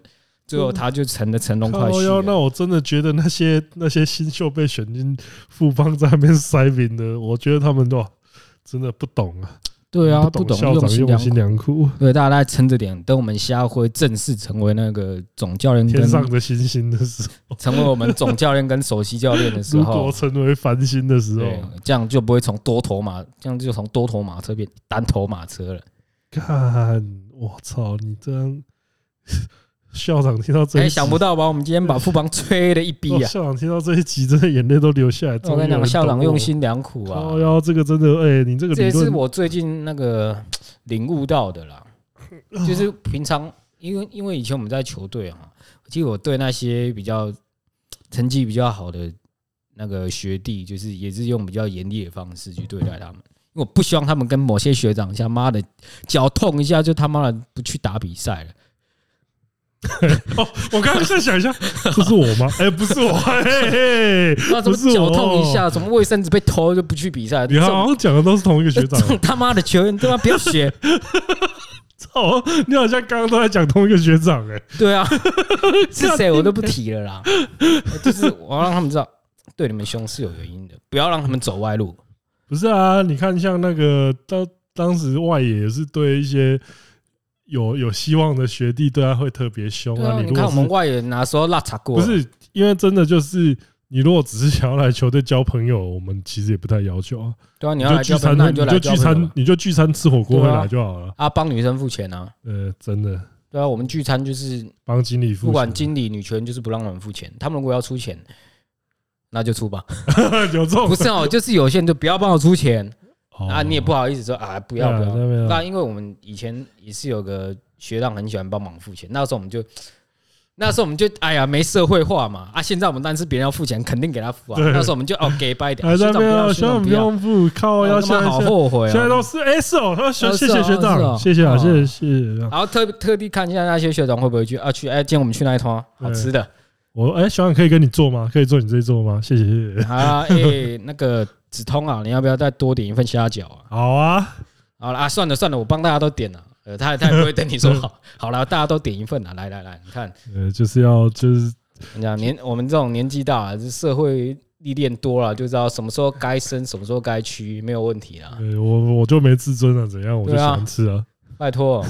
S2: 最后他就成了乘龙快婿
S1: 靠腰，那
S2: 了。
S1: 我真的觉得那些那些新秀被选进富邦在那边塞饼的，我觉得他们都真的不懂啊，
S2: 对啊，
S1: 不
S2: 不懂
S1: 校
S2: 用
S1: 长
S2: 心
S1: 用
S2: 良
S1: 心
S2: 苦。
S1: 良苦，
S2: 对，大家再撑着点，等我们下回正式成为那个总教练
S1: 天
S2: 跟
S1: 上的星星的时候，
S2: 成为我们总教练跟首席教练的时
S1: 如果
S2: 候，
S1: 成为繁星的时
S2: 对啊
S1: 候，，
S2: 这样就不会从多头马，这样就从多头马车变单头马车了。
S1: 看，我操，你这样， 校长听到这
S2: 哎，
S1: 一集，
S2: 想不到吧？我们今天把富邦吹了一
S1: 哦
S2: 逼啊！
S1: 校长听到这一集，真的眼泪都流下来。
S2: 我跟你讲，校长用心良苦啊！
S1: 哦哟，这个真的，哎，你这个
S2: 这
S1: 理
S2: 也是
S1: 论，
S2: 我最近那个领悟到的啦，就是
S1: 啊
S2: 平常因为因为以前我们在球队啊，其实我对那些比较成绩比较好的那个学弟，就是也是用比较严厉的方式去对待他们，因为我不希望他们跟某些学长像妈的脚痛一下就他妈的不去打比赛了。
S1: 哦，我刚刚在想一 下，这是我吗？哎，不是我，嘿嘿，
S2: 那怎
S1: 不
S2: 么
S1: 是我
S2: 脚痛一下，什么卫生纸被偷就不去比赛？
S1: 你
S2: 这
S1: 好
S2: 种
S1: 像讲的都是同一个学长
S2: 这，种他妈的球员，他妈不要学！
S1: 操， 你好像刚刚都在讲同一个学长，哎，
S2: 对啊，是谁我都不提了啦。 就是我要让他们知道，对你们凶是有原因的，不要让他们走歪路。
S1: 不是啊，你看像那个当当时外野也是对一些有有希望的学弟，对他会特别凶
S2: 对
S1: 啊。
S2: 啊，
S1: 你
S2: 你
S1: 如果
S2: 看
S1: 是
S2: 我们外援哪时候落差过？
S1: 不，是因为真的就是你如果只是想要来球队交朋友，我们其实也不太要求啊。
S2: 对啊，
S1: 你
S2: 你要来
S1: 聚
S2: 交朋
S1: 餐会，你
S2: 友，那你来
S1: 就聚
S2: 交朋友
S1: 餐
S2: 吧。，
S1: 你就聚餐吃火锅回
S2: 对啊
S1: 来就好了。
S2: 啊，帮女生付钱啊！
S1: 呃，真的
S2: 对啊，我们聚餐就是
S1: 帮经理付
S2: 不管
S1: 钱
S2: 经理、女权就是不让我们付钱，他们如果要出钱，那就出吧。
S1: 有这种
S2: 不是哦，就是有些人就不要帮我出钱
S1: 哦
S2: 啊，你也不好意思说啊，不
S1: 不
S2: 要不要。
S1: 要
S2: 那因为我们以前也是有个学长很喜欢帮忙付钱，那时候我们就，那时候我们就哎呀没社会化嘛啊！现在我们但是别人要付钱，肯定给他付啊。
S1: 对
S2: 那时候我们 就哦给掰一点，
S1: 还
S2: 学
S1: 在
S2: 长
S1: 那
S2: 不
S1: 边
S2: 要，
S1: 啊，
S2: 学
S1: 学长
S2: 长
S1: 不
S2: 不要，
S1: 用付，靠，要
S2: 哦他
S1: 现
S2: 妈
S1: 在
S2: 好
S1: 是
S2: 后悔
S1: 现在
S2: 啊！
S1: 都是 S 哦，他
S2: 哦
S1: 说谢
S2: 是哦
S1: 谢学
S2: 是哦
S1: 长，谢谢啊，
S2: 哦
S1: 谢谢谢谢学长。
S2: 然后特特地看一下那些学长会不会去啊去哎，今天我们去那一摊好吃的
S1: 我哎，小冉可以跟你做吗？可以做你这一做吗？谢谢谢谢。
S2: 啊 哎那个子通啊，你要不要再多点一份虾饺啊？
S1: 好啊，
S2: 好了啊，算了算了，我帮大家都点了。呃，他他也不会等你说好， 好了，大家都点一份啊！来来来，你看
S1: 呃，就是要就是
S2: 你讲年我们这种年纪大，这社会历练多了，就知道什么时候该生，什么时候该屈，没有问题啦。
S1: 呃，我我就没自尊了，怎样我就
S2: 对啊
S1: 喜欢吃啊。
S2: 拜托，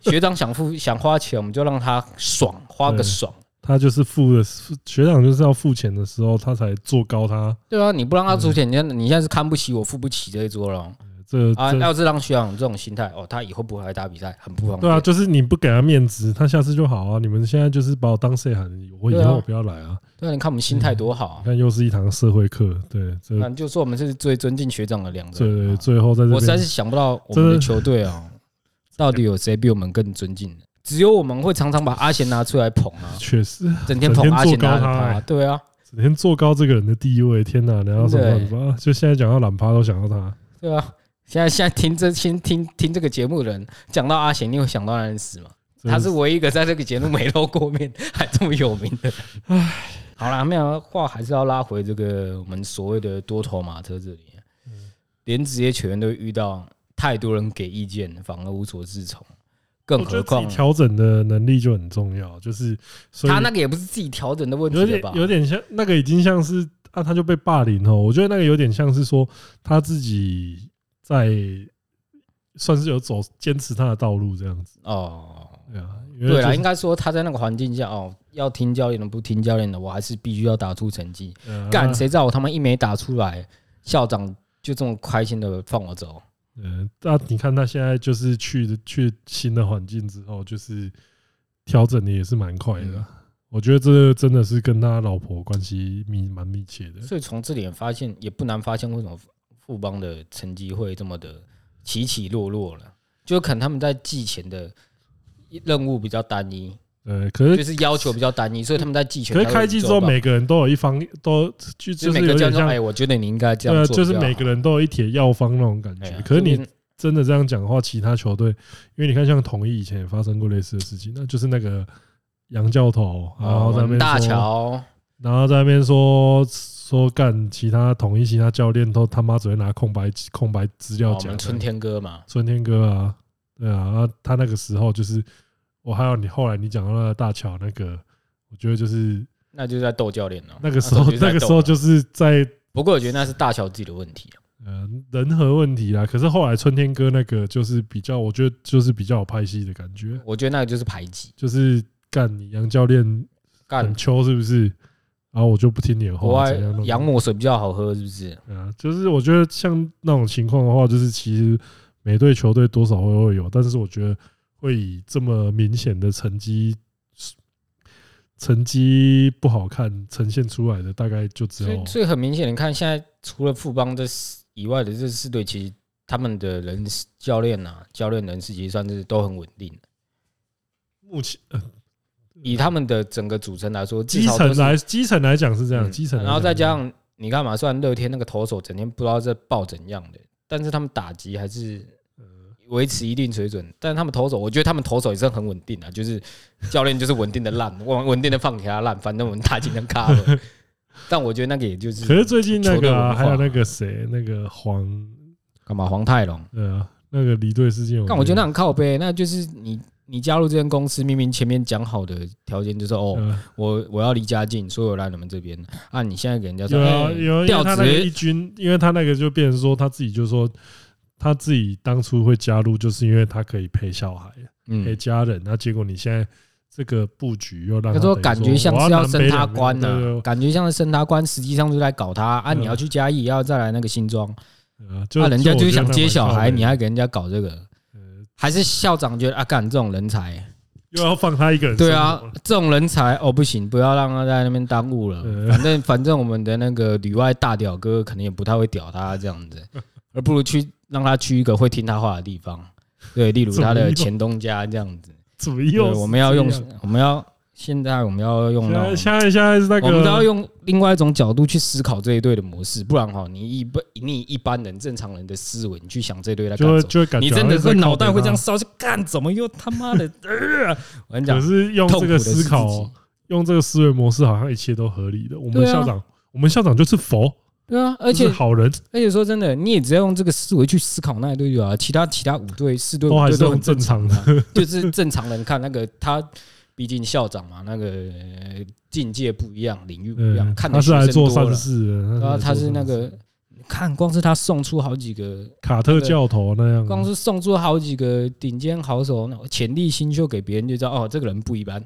S2: 学长想付想花钱，我们就让他爽，花个爽。
S1: 他就是付了学长就是要付钱的时候，他才做高他
S2: 对啊，你不让他出钱，你看你现在是看不起我，付不起这一桌了
S1: 嗯这个
S2: 啊！
S1: 这
S2: 要是让学长有这种心态，哦，他以后不来打比赛，很不方便。
S1: 对啊，就是你不给他面子，他下次就好啊。你们现在就是把我当谁喊，我以
S2: 对啊
S1: 后我不要来啊。
S2: 对啊，你看我们心态多好啊
S1: 你！看，又是一堂社会课，对，这
S2: 那你就说我们是最尊敬学长的两个人
S1: 最
S2: 啊。
S1: 最后在这
S2: 我实在
S1: 边
S2: 是，想不到我们
S1: 真的
S2: 的球队 啊，到底有谁比我们更尊敬的？只有我们会常常把阿贤拿出来捧啊，
S1: 确实
S2: 整天捧阿贤
S1: 整
S2: 拿
S1: 天做
S2: 着
S1: 高他
S2: 他
S1: 欸
S2: 啊，对啊，
S1: 整天做高这个人的地位，天哪，你要什么办法？啊就现在讲到懒趴都想到他，
S2: 对啊。现在现在听这听听听这个节目的人，讲到阿贤，你有想到安死吗？
S1: 真
S2: 他
S1: 的
S2: 是唯一一个在这个节目没露过面还这么有名的。唉，好啦，没有话还是要拉回这个我们所谓的多头马车这里，连职业球员都遇到太多人给意见，反而无所适从，更
S1: 我觉
S2: 何
S1: 得自
S2: 况啊
S1: 己调整的能力就很重要，就是所以
S2: 他那个也不是自己调整的问
S1: 有
S2: 题了
S1: 点
S2: 吧？
S1: 有点像那个已经像是啊，他就被霸凌哦。我觉得那个有点像是说他自己在算是有走坚持他的道路这样子，
S2: 哦，
S1: 对啊，因为
S2: 对啦，
S1: 就是
S2: 应该说他在那个环境下哦，要听教练的不听教练的，我还是必须要打出成绩。
S1: 呃
S2: 干，谁知道我他妈一没打出来，校长就这么开心的放我走。
S1: 嗯，那你看他现在就是去的去新的环境之后，就是调整的也是蛮快
S2: 嗯
S1: 的啊。我觉得这真的是跟他老婆关系密蛮密切的。
S2: 所以从这点发现，也不难发现为什么富邦的成绩会这么的起起落落了，就可能他们在季前的任务比较单一，
S1: 呃，可
S2: 就是是要求比较单一，所以他们在季前
S1: 可是
S2: 才会
S1: 开季之后，
S2: 做到
S1: 每个人都有一方都就
S2: 就
S1: 就是是
S2: 每个
S1: 有点
S2: 教练说，
S1: 像
S2: 哎，我觉得你应该这
S1: 对
S2: 样
S1: 啊，
S2: 做，
S1: 就是每个人都有一铁药方那种感
S2: 哎
S1: 觉
S2: 呀。
S1: 可是
S2: 这
S1: 你
S2: 边
S1: 真的这样讲的话，其他球队，因为你看像统一以前也发生过类似的事情，那就是那个杨教头，然
S2: 哦
S1: 后在那
S2: 我们
S1: 边
S2: 大
S1: 说
S2: 乔
S1: 然后在那边说说干其他统一其他教练都他妈只会拿空白空白资料
S2: 哦我
S1: 讲
S2: 们
S1: 的，
S2: 春天哥嘛，
S1: 春天哥啊，对啊，然后他那个时候就是我还有你后来你讲到那个大乔那个，我觉得就是
S2: 那就是在斗教练了。啊
S1: 那个时候
S2: 就是在
S1: 那个
S2: 斗
S1: 时候
S2: 了
S1: 就是在
S2: 不过我觉得那是大乔自己的问题啊，
S1: 呃人和问题啦，可是后来春天哥那个就是比较，我觉得就是比较有派系的感觉，
S2: 我觉得那个就是排挤，
S1: 就是干你杨教练
S2: 干
S1: 很秋是不是？然后我就不听你的
S2: 国
S1: 话，
S2: 外
S1: 怎样弄
S2: 洋墨水比较好喝，是不是？
S1: 啊，就是我觉得像那种情况的话，就是其实每队球队多少会会有，但是我觉得会以这么明显的成绩成绩不好看呈现出来的，大概就只
S2: 所
S1: 有
S2: 以，所以很明显，你看现在除了富邦这四以外的这四队，其实他们的人事教练呐、啊，教练人事其实算是都很稳定。
S1: 目前呃
S2: 以他们的整个组成来说，至
S1: 基
S2: 少都
S1: 层
S2: 是
S1: 来基层来讲是这样，
S2: 嗯
S1: 啊基层来
S2: 然后
S1: 讲
S2: 再
S1: 是这
S2: 加
S1: 样
S2: 上你看嘛，虽然乐天那个投手整天不知道在爆怎样的，但是他们打击还是
S1: 嗯
S2: 维持一定水准。但是他们投手，我觉得他们投手也是很稳定的，啊就是教练就是稳定的烂， 稳稳定的放给他烂，反正我们打击 能 cover。但我觉得那个也就是
S1: 可是最近那
S2: 球队
S1: 个
S2: 文
S1: 啊、
S2: 化
S1: 还有那个谁，那个黄
S2: 干嘛黄泰龙。
S1: 呃、那个离队事件，
S2: 但我觉得那很靠背，那就是你你加入这间公司，明明前面讲好的条件就是哦，
S1: 呃
S2: 我我要离家近，所以我来你们这边啊。你现在给人家说，
S1: 有啊
S2: 哎
S1: 有啊，因为
S2: 调
S1: 他那个一
S2: 职，
S1: 军，因为他那个就变成说他自己就说他自己当初会加入，就是因为他可以陪小孩、陪
S2: 嗯，
S1: 家人，那结果你现在这个布局又让
S2: 他说感觉像是
S1: 要
S2: 要升他官啊
S1: 呢、
S2: 呐，感觉像是升他官，实际上就在搞他啊。
S1: 嗯
S2: 你要去嘉义，也要再来那个新庄，
S1: 呃就
S2: 啊，人家
S1: 我
S2: 就是
S1: 觉得
S2: 想接小
S1: 蛮靠
S2: 孩，
S1: 背
S2: 你还给人家搞这个，
S1: 呃
S2: 还是校长觉得啊，干这种人才，
S1: 又要放他一个人
S2: 对
S1: 生
S2: 啊
S1: 活了，
S2: 这种人才哦不行，不要让他在那边耽误了。
S1: 嗯
S2: 反正反正我们的那个旅外大屌哥可能也不太会屌他这 样子，而不如去让他去一个会听他话的地方。对，例如
S1: 怎么
S2: 他的
S1: 用
S2: 前东家这样子。
S1: 怎么
S2: 对，
S1: 又是
S2: 我们要
S1: 这
S2: 用
S1: 样，
S2: 我们要现在我们要用
S1: 现
S2: 那
S1: 在
S2: 种。
S1: 现在现在是那个
S2: 我们哦都要用另外一种角度去思考这一队的模式，不然哈，你一般你以一般人正常人的思维，你去想这队在干
S1: 就会
S2: 什么，
S1: 就会感觉
S2: 你真的
S1: 好像在
S2: 会
S1: 靠
S2: 脑袋
S1: 北
S2: 会这样
S1: 他，
S2: 烧，就干怎么又他妈的，呃我跟你讲
S1: 可，是用
S2: 痛
S1: 这
S2: 苦
S1: 个
S2: 的是自
S1: 思
S2: 己
S1: 考。哦用这个思维模式，好像一切都合理的。我们
S2: 对啊
S1: 校长，我们校长就是佛，
S2: 对啊，而
S1: 就
S2: 且
S1: 是好人，
S2: 而且说真的，你也只要用这个思维去思考那一队就好了，其他其他五队四队
S1: 都还
S2: 五
S1: 是
S2: 队
S1: 用
S2: 很
S1: 正常
S2: 的啊，就是正常人看那个他，毕竟校长嘛，那个呃境界不一样，领域不一样，
S1: 嗯，
S2: 看
S1: 他
S2: 的
S1: 是
S2: 学
S1: 来
S2: 生
S1: 做
S2: 多
S1: 善
S2: 了。
S1: 事的，
S2: 对啊，他
S1: 来做
S2: 是
S1: 善
S2: 那
S1: 事
S2: 个，你看光是他送出好几个，
S1: 卡特教头那样，
S2: 光是送出好几个顶尖好手，那种潜力新秀给别人就知道哦，这个人不一般。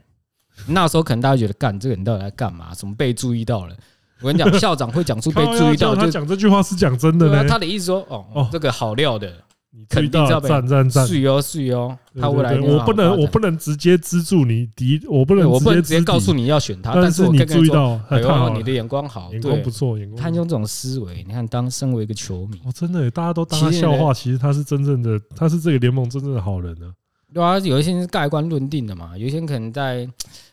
S2: 那时候可能大家觉得，干这个人到底在干嘛？什么被注意到了？我跟你 讲，校长会讲出被
S1: 靠
S2: 注
S1: 要
S2: 意
S1: 叫
S2: 到，
S1: 他
S2: 就
S1: 讲这句话是讲真的
S2: 对啊，
S1: 呢。
S2: 他的意思说，哦
S1: 哦，
S2: 这个好料的，
S1: 你注意
S2: 肯定
S1: 到
S2: 是要
S1: 了，
S2: 被
S1: 赞赞赞！
S2: 是哦是哦，
S1: 对
S2: 他
S1: 对
S2: 未来一
S1: 对
S2: 定要
S1: 我不
S2: 好
S1: 能，
S2: 好发展
S1: 我不能直接资助你敌，我不
S2: 对
S1: 能
S2: 我不能直接
S1: 资
S2: 告诉
S1: 你，
S2: 你要选他，
S1: 但
S2: 但
S1: 是
S2: 我
S1: 你
S2: 跟
S1: 注意
S2: 你说，
S1: 到，
S2: 哎
S1: 哎太好
S2: 呦，
S1: 了
S2: 你的，眼光好，
S1: 眼光
S2: 对
S1: 不，错，眼光
S2: 他
S1: 不错。
S2: 用这种思维，你看，当身为一个球迷，
S1: 哦，真的耶，大家都当他
S2: 其实
S1: 笑话，其实他是真正的，他是这个联盟真正的好人呢。
S2: 对啊，有一些人是盖棺论定的嘛，有一些人可能在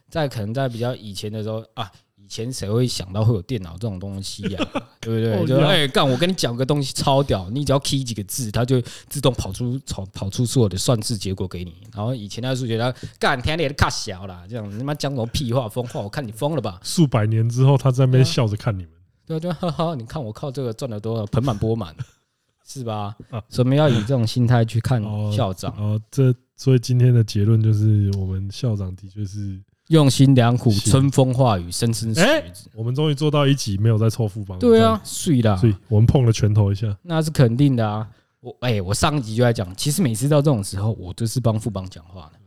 S2: 在可能在比较以前的时候啊，以前谁会想到会有电脑这种东西 呀、对不对？
S1: 哦
S2: 就
S1: 对啊
S2: 哎干、我跟你讲个东西超屌，你只要 key 几个字，它就自动跑出跑跑出所有的算式结果给你。然后以前那数学家干天天卡小啦，这样你他妈讲什么屁话疯话，我看你疯 了吧？
S1: 数百年之后，他在那边
S2: 对啊
S1: 笑着看你们。
S2: 对啊，就哈哈，你看我靠这个赚了多少，盆满钵满，是 吧
S1: 啊？
S2: 所以我们要以这种心态去看
S1: 哦
S2: 校长，
S1: 哦，这所以今天的结论就是，我们校长的确是，
S2: 用心良苦，
S1: 是
S2: 春风化雨，生生
S1: 哎
S2: 世。
S1: 我们终于做到一集没有在凑副帮。
S2: 对啊，，碎啦，
S1: 所以我们碰了拳头一下。
S2: 那是肯定的啊。我哎、我上一集就在讲，其实每次到这种时候，我都是帮富邦讲话的。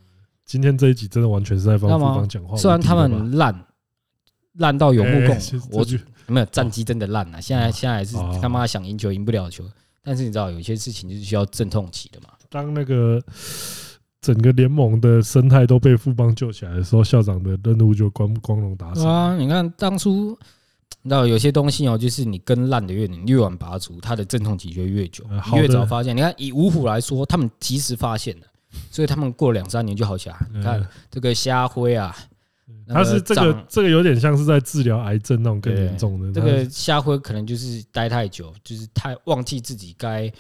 S1: 今天这一集真的完全是在帮
S2: 那
S1: 副
S2: 么
S1: 帮讲话，
S2: 虽然他们
S1: 我们
S2: 很烂，烂到有目
S1: 哎
S2: 共
S1: 其实
S2: 睹，
S1: 这
S2: 我
S1: 句
S2: 没有战绩真的烂啊。现在现在还是
S1: 哦
S2: 他妈想赢球赢不了球，但是你知道有些事情就是需要阵痛期的嘛。
S1: 当那个整个联盟的生态都被富邦救起来的时候，校长的任务就光光荣达
S2: 对
S1: 成。
S2: 啊，你看当初，你知道有些东西哦，就是你跟烂的越你越晚拔除，它的阵痛期就越久，
S1: 呃好
S2: 你
S1: 的
S2: 越早发现。你看以五虎来说，他们及时发现了，所以他们过了两三年就好起来。你看
S1: 嗯
S2: 这个虾辉啊，那
S1: 他是这个
S2: 长
S1: 这个有点像是在治疗癌症嗯那种更
S2: 对
S1: 严重的，
S2: 这
S1: 他
S2: 个虾辉可能就是待太久，就是太忘记自己该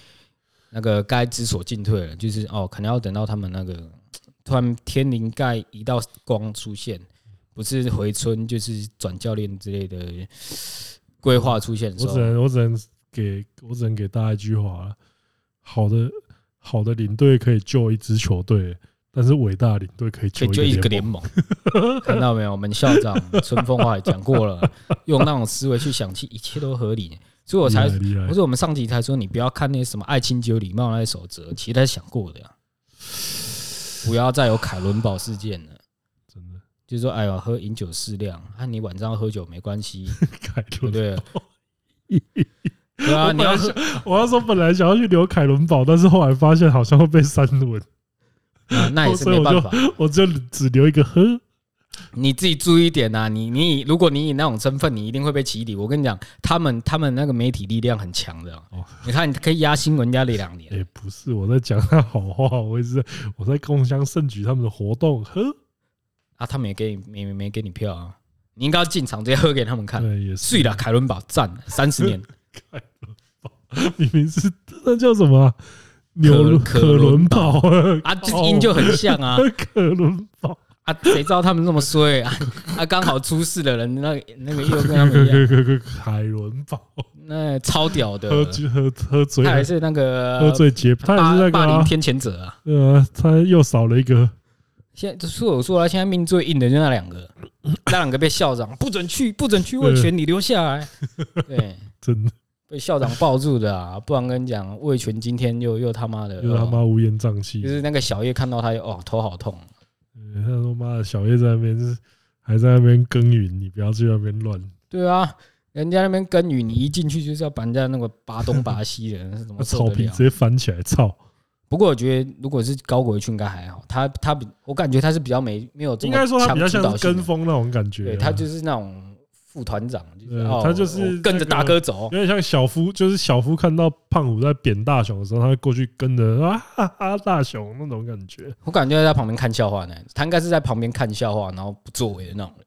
S2: 那个该知所进退了，就是哦，可能要等到他们那个突然天灵盖一道光出现，不是回村就是转教练之类的规划出现的时
S1: 我
S2: 候
S1: 只，能我只能给我只能给大家一句话了：好的好的领队可以救一支球队，但是伟大的领队可以救
S2: 可以就一个
S1: 联
S2: 联
S1: 盟。
S2: 盟， 看到没有？我们校长春风华也讲过了，用那种思维去想，其实一切都合理，所以我才
S1: 厉害厉害
S2: 不是我们上集才说，你不要看那些什么爱情只有礼貌那些守则，其实他想过的、呀。不要再有凯伦堡事件了。
S1: 真的
S2: 就是说，哎呦，喝饮酒适量，啊，你晚上喝酒没关 系，
S1: 凯
S2: 对不
S1: 伦。
S2: 对？对啊，
S1: 我
S2: 你
S1: 本来
S2: 要
S1: 想
S2: 喝，
S1: 我要说本来想要去留凯伦堡，但是后来发现好像会被删文，
S2: 啊那也是
S1: 所以
S2: 没
S1: 我
S2: 办法，
S1: 我就只留一个呵。
S2: 你自己注意一点啊。你你以如果你以那种身份，你一定会被起底。我跟你讲，他们他们那个媒体力量很强的啊
S1: 哦，
S2: 你看你可以压新闻压了两年。
S1: 哎，不是我在讲他好话，我也是我在共襄盛举他们的活动呵。
S2: 啊，他们也给你没没没给你票啊，你应该要进场直接喝给他们看。
S1: 对，也是
S2: 睡了，凯伦堡赞三十 年，
S1: 明明是那叫什么啊纽
S2: 可
S1: 可伦堡
S2: 啊，这音就很像啊
S1: 可伦堡。
S2: 啊，谁知道他们那么衰啊 啊，刚好出事的人，那个那个又跟他们一样，
S1: 个海伦堡
S2: 那超屌的，
S1: 喝酒喝喝醉啊
S2: 他，也是那个
S1: 喝醉结，他也是那个
S2: 霸霸凌
S1: 啊
S2: 天谴者啊。
S1: 呃，他又少了一个，
S2: 现在就是我说啊了，现在命最硬的就那 两个，那两个被校长不准去，不准去卫权，你留下来。对，
S1: 真的
S2: 被校长抱住的啊，不然跟你讲，卫权今天又又他妈的，
S1: 又他妈
S2: 哦
S1: 乌烟瘴气
S2: 就。是那个小叶看到他就哦头好痛，
S1: 呃他说妈的，小叶在那边是还在那边耕耘，你不要去那边乱。
S2: 对啊，人家那边耕耘，你一进去就是要把人家那个拔东拔西的，那怎
S1: 那
S2: 么受
S1: 啊 草
S2: 得
S1: 皮
S2: 了
S1: 直？接翻起来，操！
S2: 不过我觉得如果是高国去应该还好，他他比我感觉他是比较没没有这
S1: 应
S2: 么
S1: 该说他比较
S2: 强主导
S1: 像是
S2: 性的
S1: 跟风那种感觉啊，
S2: 对他就是那种副团长，就是、
S1: 对
S2: 哦、
S1: 他就是
S2: 我跟着大哥走
S1: 有。点像小夫，就是小夫看到胖虎在扁大雄的时候，他会过去跟着啊哈哈大雄那种感觉。
S2: 我感觉在旁边看笑话呢，他应该是在旁边看笑话，然后不作为的那种人。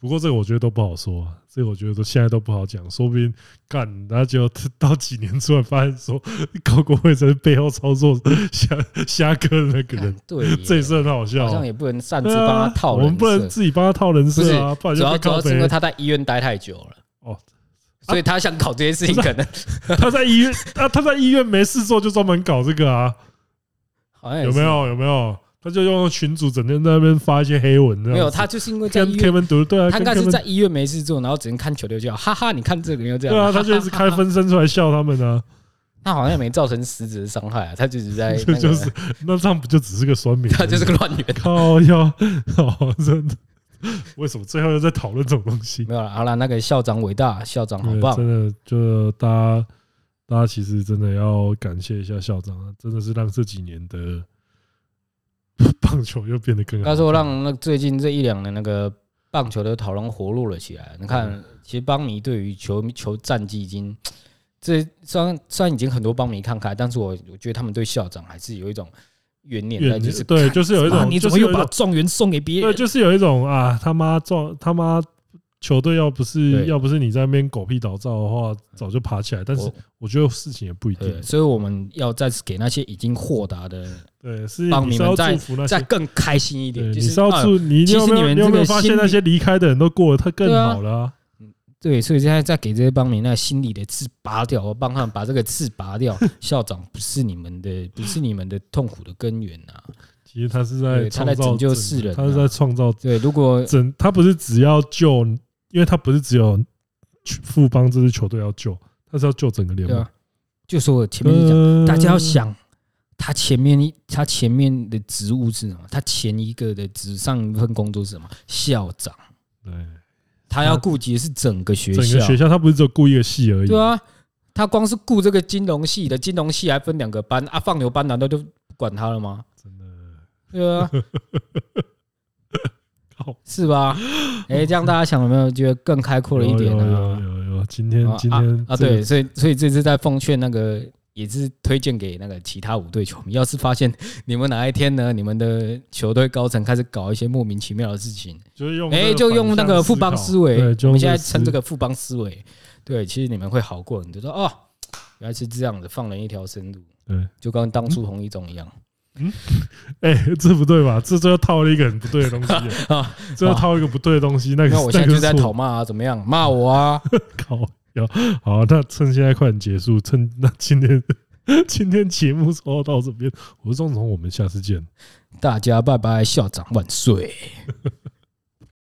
S1: 不过这个我觉得都不好说、啊，这个我觉得都现在都不好讲，说不定干，然后结果到几年出来发现说高国会在背后操作 虾虾哥的那个人
S2: 干， 对耶，
S1: 这也是很好笑、
S2: 好像
S1: 啊。
S2: 也不能擅自
S1: 对
S2: 帮他
S1: 啊，
S2: 套
S1: 我们
S2: 人
S1: 不能
S2: 设，
S1: 自己帮他套人设啊，不然
S2: 主
S1: 就
S2: 要
S1: 被
S2: 主
S1: 告
S2: 要是因为
S1: 背。
S2: 他在医院待太久了。
S1: 哦，啊
S2: 所以他想搞这些事情，
S1: 不
S2: 可能
S1: 他在医院， 他他在医院没事做就专门搞这个啊，
S2: 好像也
S1: 有
S2: 哎是
S1: 没？有？有没有？他就用群主整天在那边发一些黑文，
S2: 没有，他就是因为在
S1: 跟
S2: 医院，
S1: Kevin 读对啊，
S2: 他应该
S1: 跟
S2: 是
S1: Kevin-
S2: 在医院没事做，然后只能看球队就好哈哈，你看这个人又这
S1: 对
S2: 样，
S1: 啊，他就一直开分身出来笑他们啊。
S2: 他好像也没造成实质的伤害啊，他只是在
S1: 这
S2: 那个，
S1: 就是那这样不就只是个酸民而已？
S2: 他就是个乱源。
S1: 靠腰， 好真的。为什么最后又在讨论这种东西？
S2: 没有了，好了，那个校长伟大，校长好
S1: 对
S2: 棒
S1: 真，的就大家，大家其实真的要感谢一下校长啊，真的是让这几年的 棒球又变得更好。
S2: 他说让那最近这一两年那个棒球的讨论活络了起来。你
S1: 嗯
S2: 看，其实邦迷对于球球战绩已经，这虽然虽然已经很多邦迷看开，但是我我觉得他们对校长还是有一种怨念在，
S1: 怨
S2: 就
S1: 念
S2: 是
S1: 对
S2: 看
S1: 就是有一种
S2: 妈你怎
S1: 就
S2: 么
S1: 是有
S2: 又
S1: 一
S2: 把
S1: 种
S2: 状元送给别
S1: 对，
S2: 人？
S1: 就是有一种啊，他妈撞他妈球队要不是
S2: 对
S1: 要不是你在那边狗屁倒灶的话，早就爬起来。但是
S2: 我
S1: 我觉得事情也不一
S2: 对，
S1: 定，
S2: 所以我们要再次给那些已经豁达的，
S1: 对，是
S2: 帮
S1: 你
S2: 你
S1: 是
S2: 们
S1: 要
S2: 再
S1: 祝福那
S2: 再
S1: 些。
S2: 更开心一
S1: 对，
S2: 点。
S1: 你
S2: 就是是
S1: 要
S2: 啊
S1: 祝你，你
S2: 其实
S1: 有没
S2: 你
S1: 有
S2: 们
S1: 你有
S2: 这
S1: 没有
S2: 个
S1: 发
S2: 心
S1: 现那
S2: 理
S1: 些离开的人都过得他更
S2: 对啊
S1: 好了啊？
S2: 对，所以现在再给这些帮民那心里的刺拔掉，我帮他们把这个刺 拔掉。校长不是你们的，不是你们的痛苦的根源啊！
S1: 其实他是在
S2: 对他
S1: 创
S2: 在
S1: 造
S2: 拯救
S1: 整
S2: 世人
S1: 他是
S2: 啊
S1: 在创造
S2: 对，如果
S1: 整，他不是只要救，因为他不是只有富邦这支球队要救，他是要救整个联
S2: 对
S1: 盟
S2: 啊。，就说我前面就讲，
S1: 呃
S2: 大家要，想，他前面一他前面的职务是什么？他前一个的职上一份工作是什么？校长，
S1: 对，
S2: 他要顾及的是整个学
S1: 整个
S2: 校
S1: 学，校他不是只有雇一个系而已，
S2: 对啊，他光是顾这个金融系的，金融系还分两个班啊，放牛班难道就不管他了吗？
S1: 真的，
S2: 对啊，
S1: 靠，
S2: 是吧？哎、这样大家想有没有觉得更开阔了一点
S1: 有有
S2: 啊？
S1: 有有有，今天
S2: 啊
S1: 今
S2: 啊
S1: 天
S2: 啊，
S1: 这个
S2: 对，所以所以这次在奉劝那个，也是推荐给那个其他五队球迷，要是发现你们哪一天呢，你们的球队高层开始搞一些莫名其妙的事情，
S1: 就是用
S2: 哎、
S1: 这个
S2: 就用
S1: 反
S2: 那
S1: 向
S2: 个
S1: 思
S2: 富邦
S1: 考
S2: 思维，
S1: 对，就
S2: 我
S1: 用
S2: 们现在称
S1: 思
S2: 这个富邦思维，对，其实你们会好过，你就说哦，原来是这样的，放人一条生路，
S1: 对，
S2: 就跟当初红一中一样，
S1: 哎、这不对吧？这就套了一个很不对的东西了
S2: 啊
S1: 这就套一个不对的东西。那个
S2: 那我现在就在讨
S1: 讨
S2: 骂啊，怎么样，骂我啊，
S1: 考有好，那趁现在快点结束，趁那今天 今天节目说到这边，我是钟总，我们下次见。
S2: 大家拜拜，校长万岁。